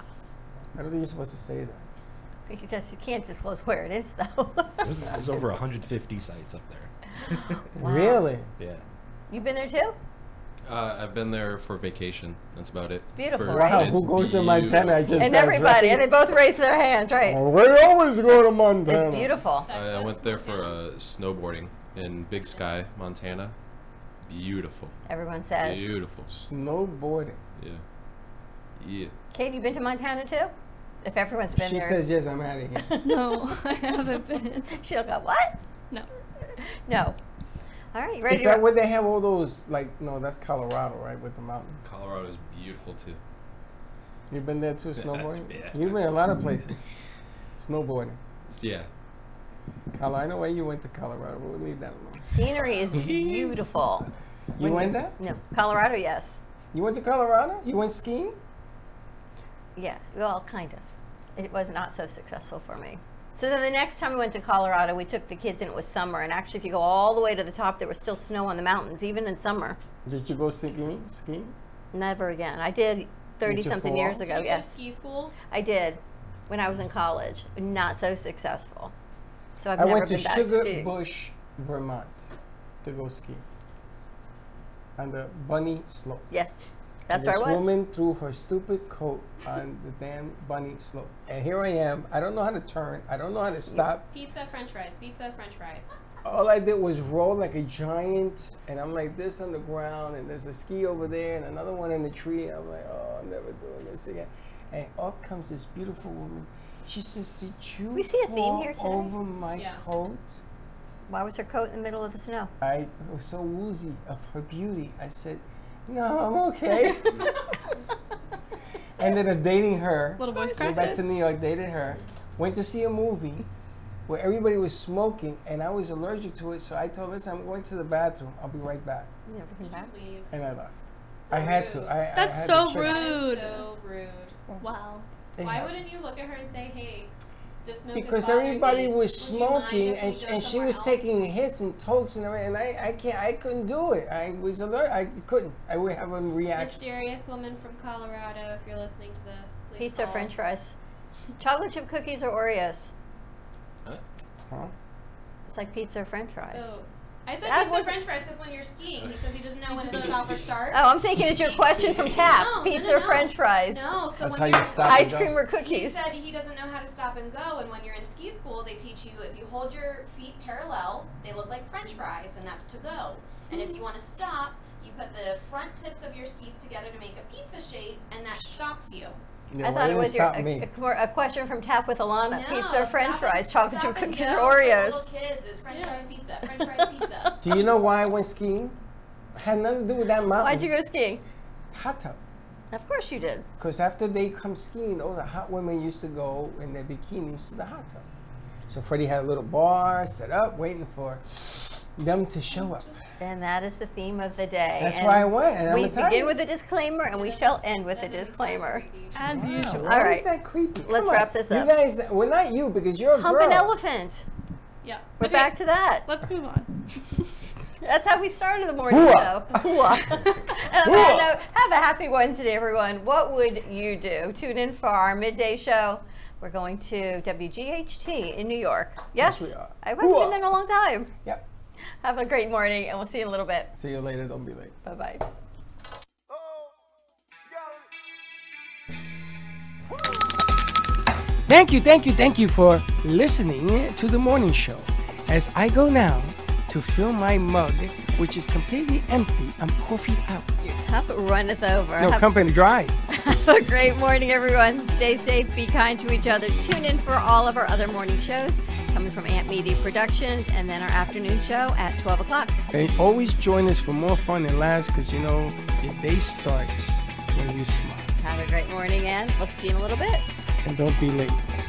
Speaker 1: I don't think you're supposed to say that.
Speaker 2: you just you can't disclose where it is though. (laughs)
Speaker 4: There's, there's over 150 sites up
Speaker 2: (laughs)
Speaker 4: there. (laughs)
Speaker 2: Wow.
Speaker 1: Really?
Speaker 4: yeah.
Speaker 2: You've been there too?
Speaker 5: Uh, I've been there for vacation. That's about it.
Speaker 2: beautiful,
Speaker 5: For-
Speaker 2: right?
Speaker 1: Wow,
Speaker 5: it's
Speaker 1: who goes to Montana? I
Speaker 5: beautiful.
Speaker 1: just
Speaker 2: and
Speaker 1: that's
Speaker 2: everybody,
Speaker 1: right.
Speaker 2: and they both raised their hands, right?
Speaker 1: Oh, we always go to Montana.
Speaker 2: It's beautiful.
Speaker 5: I, I
Speaker 7: Texas,
Speaker 5: went there for
Speaker 7: Montana.
Speaker 5: uh, snowboarding in Big Sky, Montana. Beautiful.
Speaker 2: Everyone says.
Speaker 5: Beautiful.
Speaker 1: Snowboarding.
Speaker 5: Yeah. Yeah.
Speaker 2: Kate, you been to Montana too? If everyone's been
Speaker 1: She
Speaker 2: there, (laughs)
Speaker 1: says yes. I'm out of here.
Speaker 6: No, I haven't been.
Speaker 2: she'll go. What?
Speaker 6: No.
Speaker 2: No. All right, you ready?
Speaker 1: Is
Speaker 2: to
Speaker 1: that
Speaker 2: ro-
Speaker 1: where they have all those like? No, that's Colorado, right? With the mountains.
Speaker 5: Colorado is beautiful too.
Speaker 1: You've been there too, snowboarding.
Speaker 5: (laughs) Yeah.
Speaker 1: You've been a lot of places. snowboarding.
Speaker 5: It's- yeah.
Speaker 1: Col- I know where you went to Colorado. We'll leave that alone. (laughs)
Speaker 2: Scenery is beautiful.
Speaker 1: You went there?
Speaker 2: No, Colorado, yes.
Speaker 1: You went to Colorado? You went skiing?
Speaker 2: Yeah, well, kind of. It was not so successful for me. So then the next time we went to Colorado, we took the kids and it was summer. And actually, if you go all the way to the top, there was still snow on the mountains, even in summer.
Speaker 1: Did you go skiing? Skiing?
Speaker 2: Never again. I did 30
Speaker 1: Did you
Speaker 2: something
Speaker 1: fall?
Speaker 2: years
Speaker 7: Did
Speaker 2: ago,
Speaker 7: you go
Speaker 2: yes.
Speaker 7: ski school?
Speaker 2: I did when I was in college. Not so successful. So I've
Speaker 1: I
Speaker 2: never
Speaker 1: went to
Speaker 2: been back
Speaker 1: Sugar
Speaker 2: skiing.
Speaker 1: Bush, Vermont, to go ski. On the bunny slope.
Speaker 2: Yes, that's
Speaker 1: this
Speaker 2: where I was.
Speaker 1: woman threw her stupid coat on the damn bunny slope, and here I am. I don't know how to turn. I don't know how to stop.
Speaker 7: Pizza, French fries. Pizza, French fries.
Speaker 1: all I did was roll like a giant, and I'm like this on the ground, and there's a ski over there, and another one in the tree. I'm like, oh, I'm never doing this again. And up comes this beautiful woman. She says, "Did you
Speaker 2: We see a theme
Speaker 1: fall
Speaker 2: here today?
Speaker 1: over my
Speaker 7: Yeah.
Speaker 1: coat?"
Speaker 2: Why was her coat in the middle of the (laughs) snow?
Speaker 1: I was so woozy of her beauty. I said, "No, I'm
Speaker 2: (laughs)
Speaker 1: okay." Ended up dating her.
Speaker 6: Little boys
Speaker 1: Went
Speaker 6: cracked
Speaker 1: back to
Speaker 6: it.
Speaker 1: New York, dated her, went to see a movie where everybody was smoking and I was allergic to it, so I told listen, I'm going to the bathroom, I'll be right back.
Speaker 2: You never came back.
Speaker 7: Leave.
Speaker 1: And I left. I had to.
Speaker 7: Rude.
Speaker 1: I, I
Speaker 6: That's
Speaker 1: had
Speaker 6: so
Speaker 1: to check.
Speaker 6: rude. Dude.
Speaker 7: So rude.
Speaker 6: Wow.
Speaker 1: It
Speaker 7: Why
Speaker 1: happened.
Speaker 7: wouldn't you look at her and say, hey, this smoke is
Speaker 1: Because
Speaker 7: bothering
Speaker 1: everybody
Speaker 7: me.
Speaker 1: was
Speaker 7: Would you mind
Speaker 1: smoking
Speaker 7: if we
Speaker 1: and,
Speaker 7: go
Speaker 1: sh- and she
Speaker 7: somewhere
Speaker 1: was
Speaker 7: else?"
Speaker 1: taking hits and tokes and everything, and I, I can't, I couldn't do it. I was alert. I couldn't. I would have a reaction.
Speaker 7: Mysterious woman from Colorado, if you're listening to this, please
Speaker 2: Pizza,
Speaker 7: call
Speaker 2: french
Speaker 7: us.
Speaker 2: fries. Chocolate chip cookies or Oreos?
Speaker 1: Huh?
Speaker 2: It's like pizza or french fries.
Speaker 7: Oh. I said
Speaker 2: That
Speaker 7: pizza
Speaker 2: wasn't-
Speaker 7: french fries because when you're skiing, he says he doesn't know
Speaker 1: (laughs)
Speaker 7: when to stop or start.
Speaker 2: Oh, I'm thinking
Speaker 7: (laughs)
Speaker 2: it's your question from Taps.
Speaker 7: No, no,
Speaker 2: pizza
Speaker 7: no,
Speaker 2: or
Speaker 7: no.
Speaker 2: french fries?
Speaker 7: No, so
Speaker 1: That's
Speaker 7: when
Speaker 1: how
Speaker 7: you're
Speaker 1: you stop
Speaker 2: Ice
Speaker 1: Stop.
Speaker 2: cream or
Speaker 7: He
Speaker 2: cookies?
Speaker 7: said he doesn't know how to stop and go, and when you're in ski school, they teach you if you hold your feet parallel, they look like french fries, and that's to go. And if you want to stop, you put the front tips of your skis together to make a pizza shape, and that stops you.
Speaker 1: Yeah,
Speaker 2: I
Speaker 1: why
Speaker 2: thought it
Speaker 1: didn't
Speaker 2: was your
Speaker 1: stop
Speaker 2: a,
Speaker 1: me.
Speaker 2: a qu- a question from Tap with Alana.
Speaker 7: No,
Speaker 2: pizza or french
Speaker 7: stop
Speaker 2: fries?
Speaker 7: and-
Speaker 2: Chocolate chip
Speaker 7: stop and
Speaker 2: cookies
Speaker 7: go
Speaker 2: or
Speaker 7: for
Speaker 2: Oreos?
Speaker 7: Little kids is french fries pizza, french fries pizza.
Speaker 1: Do you know why I went skiing? Had nothing to do with that mountain.
Speaker 2: Why'd you go skiing?
Speaker 1: Hot tub.
Speaker 2: Of course you did.
Speaker 1: Because after they come skiing, all the hot women used to go in their bikinis to the hot tub. So Freddie had a little bar set up waiting for them to show up.
Speaker 2: And that is the theme of the day.
Speaker 1: That's
Speaker 2: And
Speaker 1: why I went. And
Speaker 2: We
Speaker 1: I'm
Speaker 2: begin with a disclaimer and we shall end with a disclaimer.
Speaker 6: As
Speaker 1: Wow,
Speaker 6: usual.
Speaker 1: why
Speaker 2: All
Speaker 1: is
Speaker 2: right.
Speaker 1: that creepy?
Speaker 2: Let's
Speaker 1: Come on.
Speaker 2: wrap this up.
Speaker 1: You guys, well, not you because you're a
Speaker 2: Hump
Speaker 1: girl.
Speaker 2: an elephant.
Speaker 6: Yeah.
Speaker 2: We're
Speaker 6: Okay,
Speaker 2: back to that.
Speaker 6: Let's move on.
Speaker 2: That's how we started the morning
Speaker 1: (laughs) Hooah.
Speaker 2: show. and (laughs) on that note, have a happy Wednesday, everyone. What would you do? Tune in for our midday show. We're going to WGHT in New York. Yes,
Speaker 1: we are.
Speaker 2: I haven't been
Speaker 1: Hooah.
Speaker 2: there in a long time.
Speaker 1: Yep.
Speaker 2: Have a great morning, and we'll see you in a little bit.
Speaker 1: See you later. Don't be late.
Speaker 2: Bye bye.
Speaker 1: Thank you, thank you, thank you for listening to the morning show. As I go now to fill my mug, which is completely empty, I'm coffee out.
Speaker 2: Have runneth over.
Speaker 1: No,
Speaker 2: Have-
Speaker 1: company dry.
Speaker 2: Have (laughs) a great morning, everyone. Stay safe, be kind to each other. Tune in for all of our other morning shows coming from Ant Media Productions and then our afternoon show at 12 o'clock.
Speaker 1: And always join us for more fun and laughs because you know, your day starts when you smile.
Speaker 2: Have a great morning, and we'll see you in a little bit.
Speaker 1: And don't be late.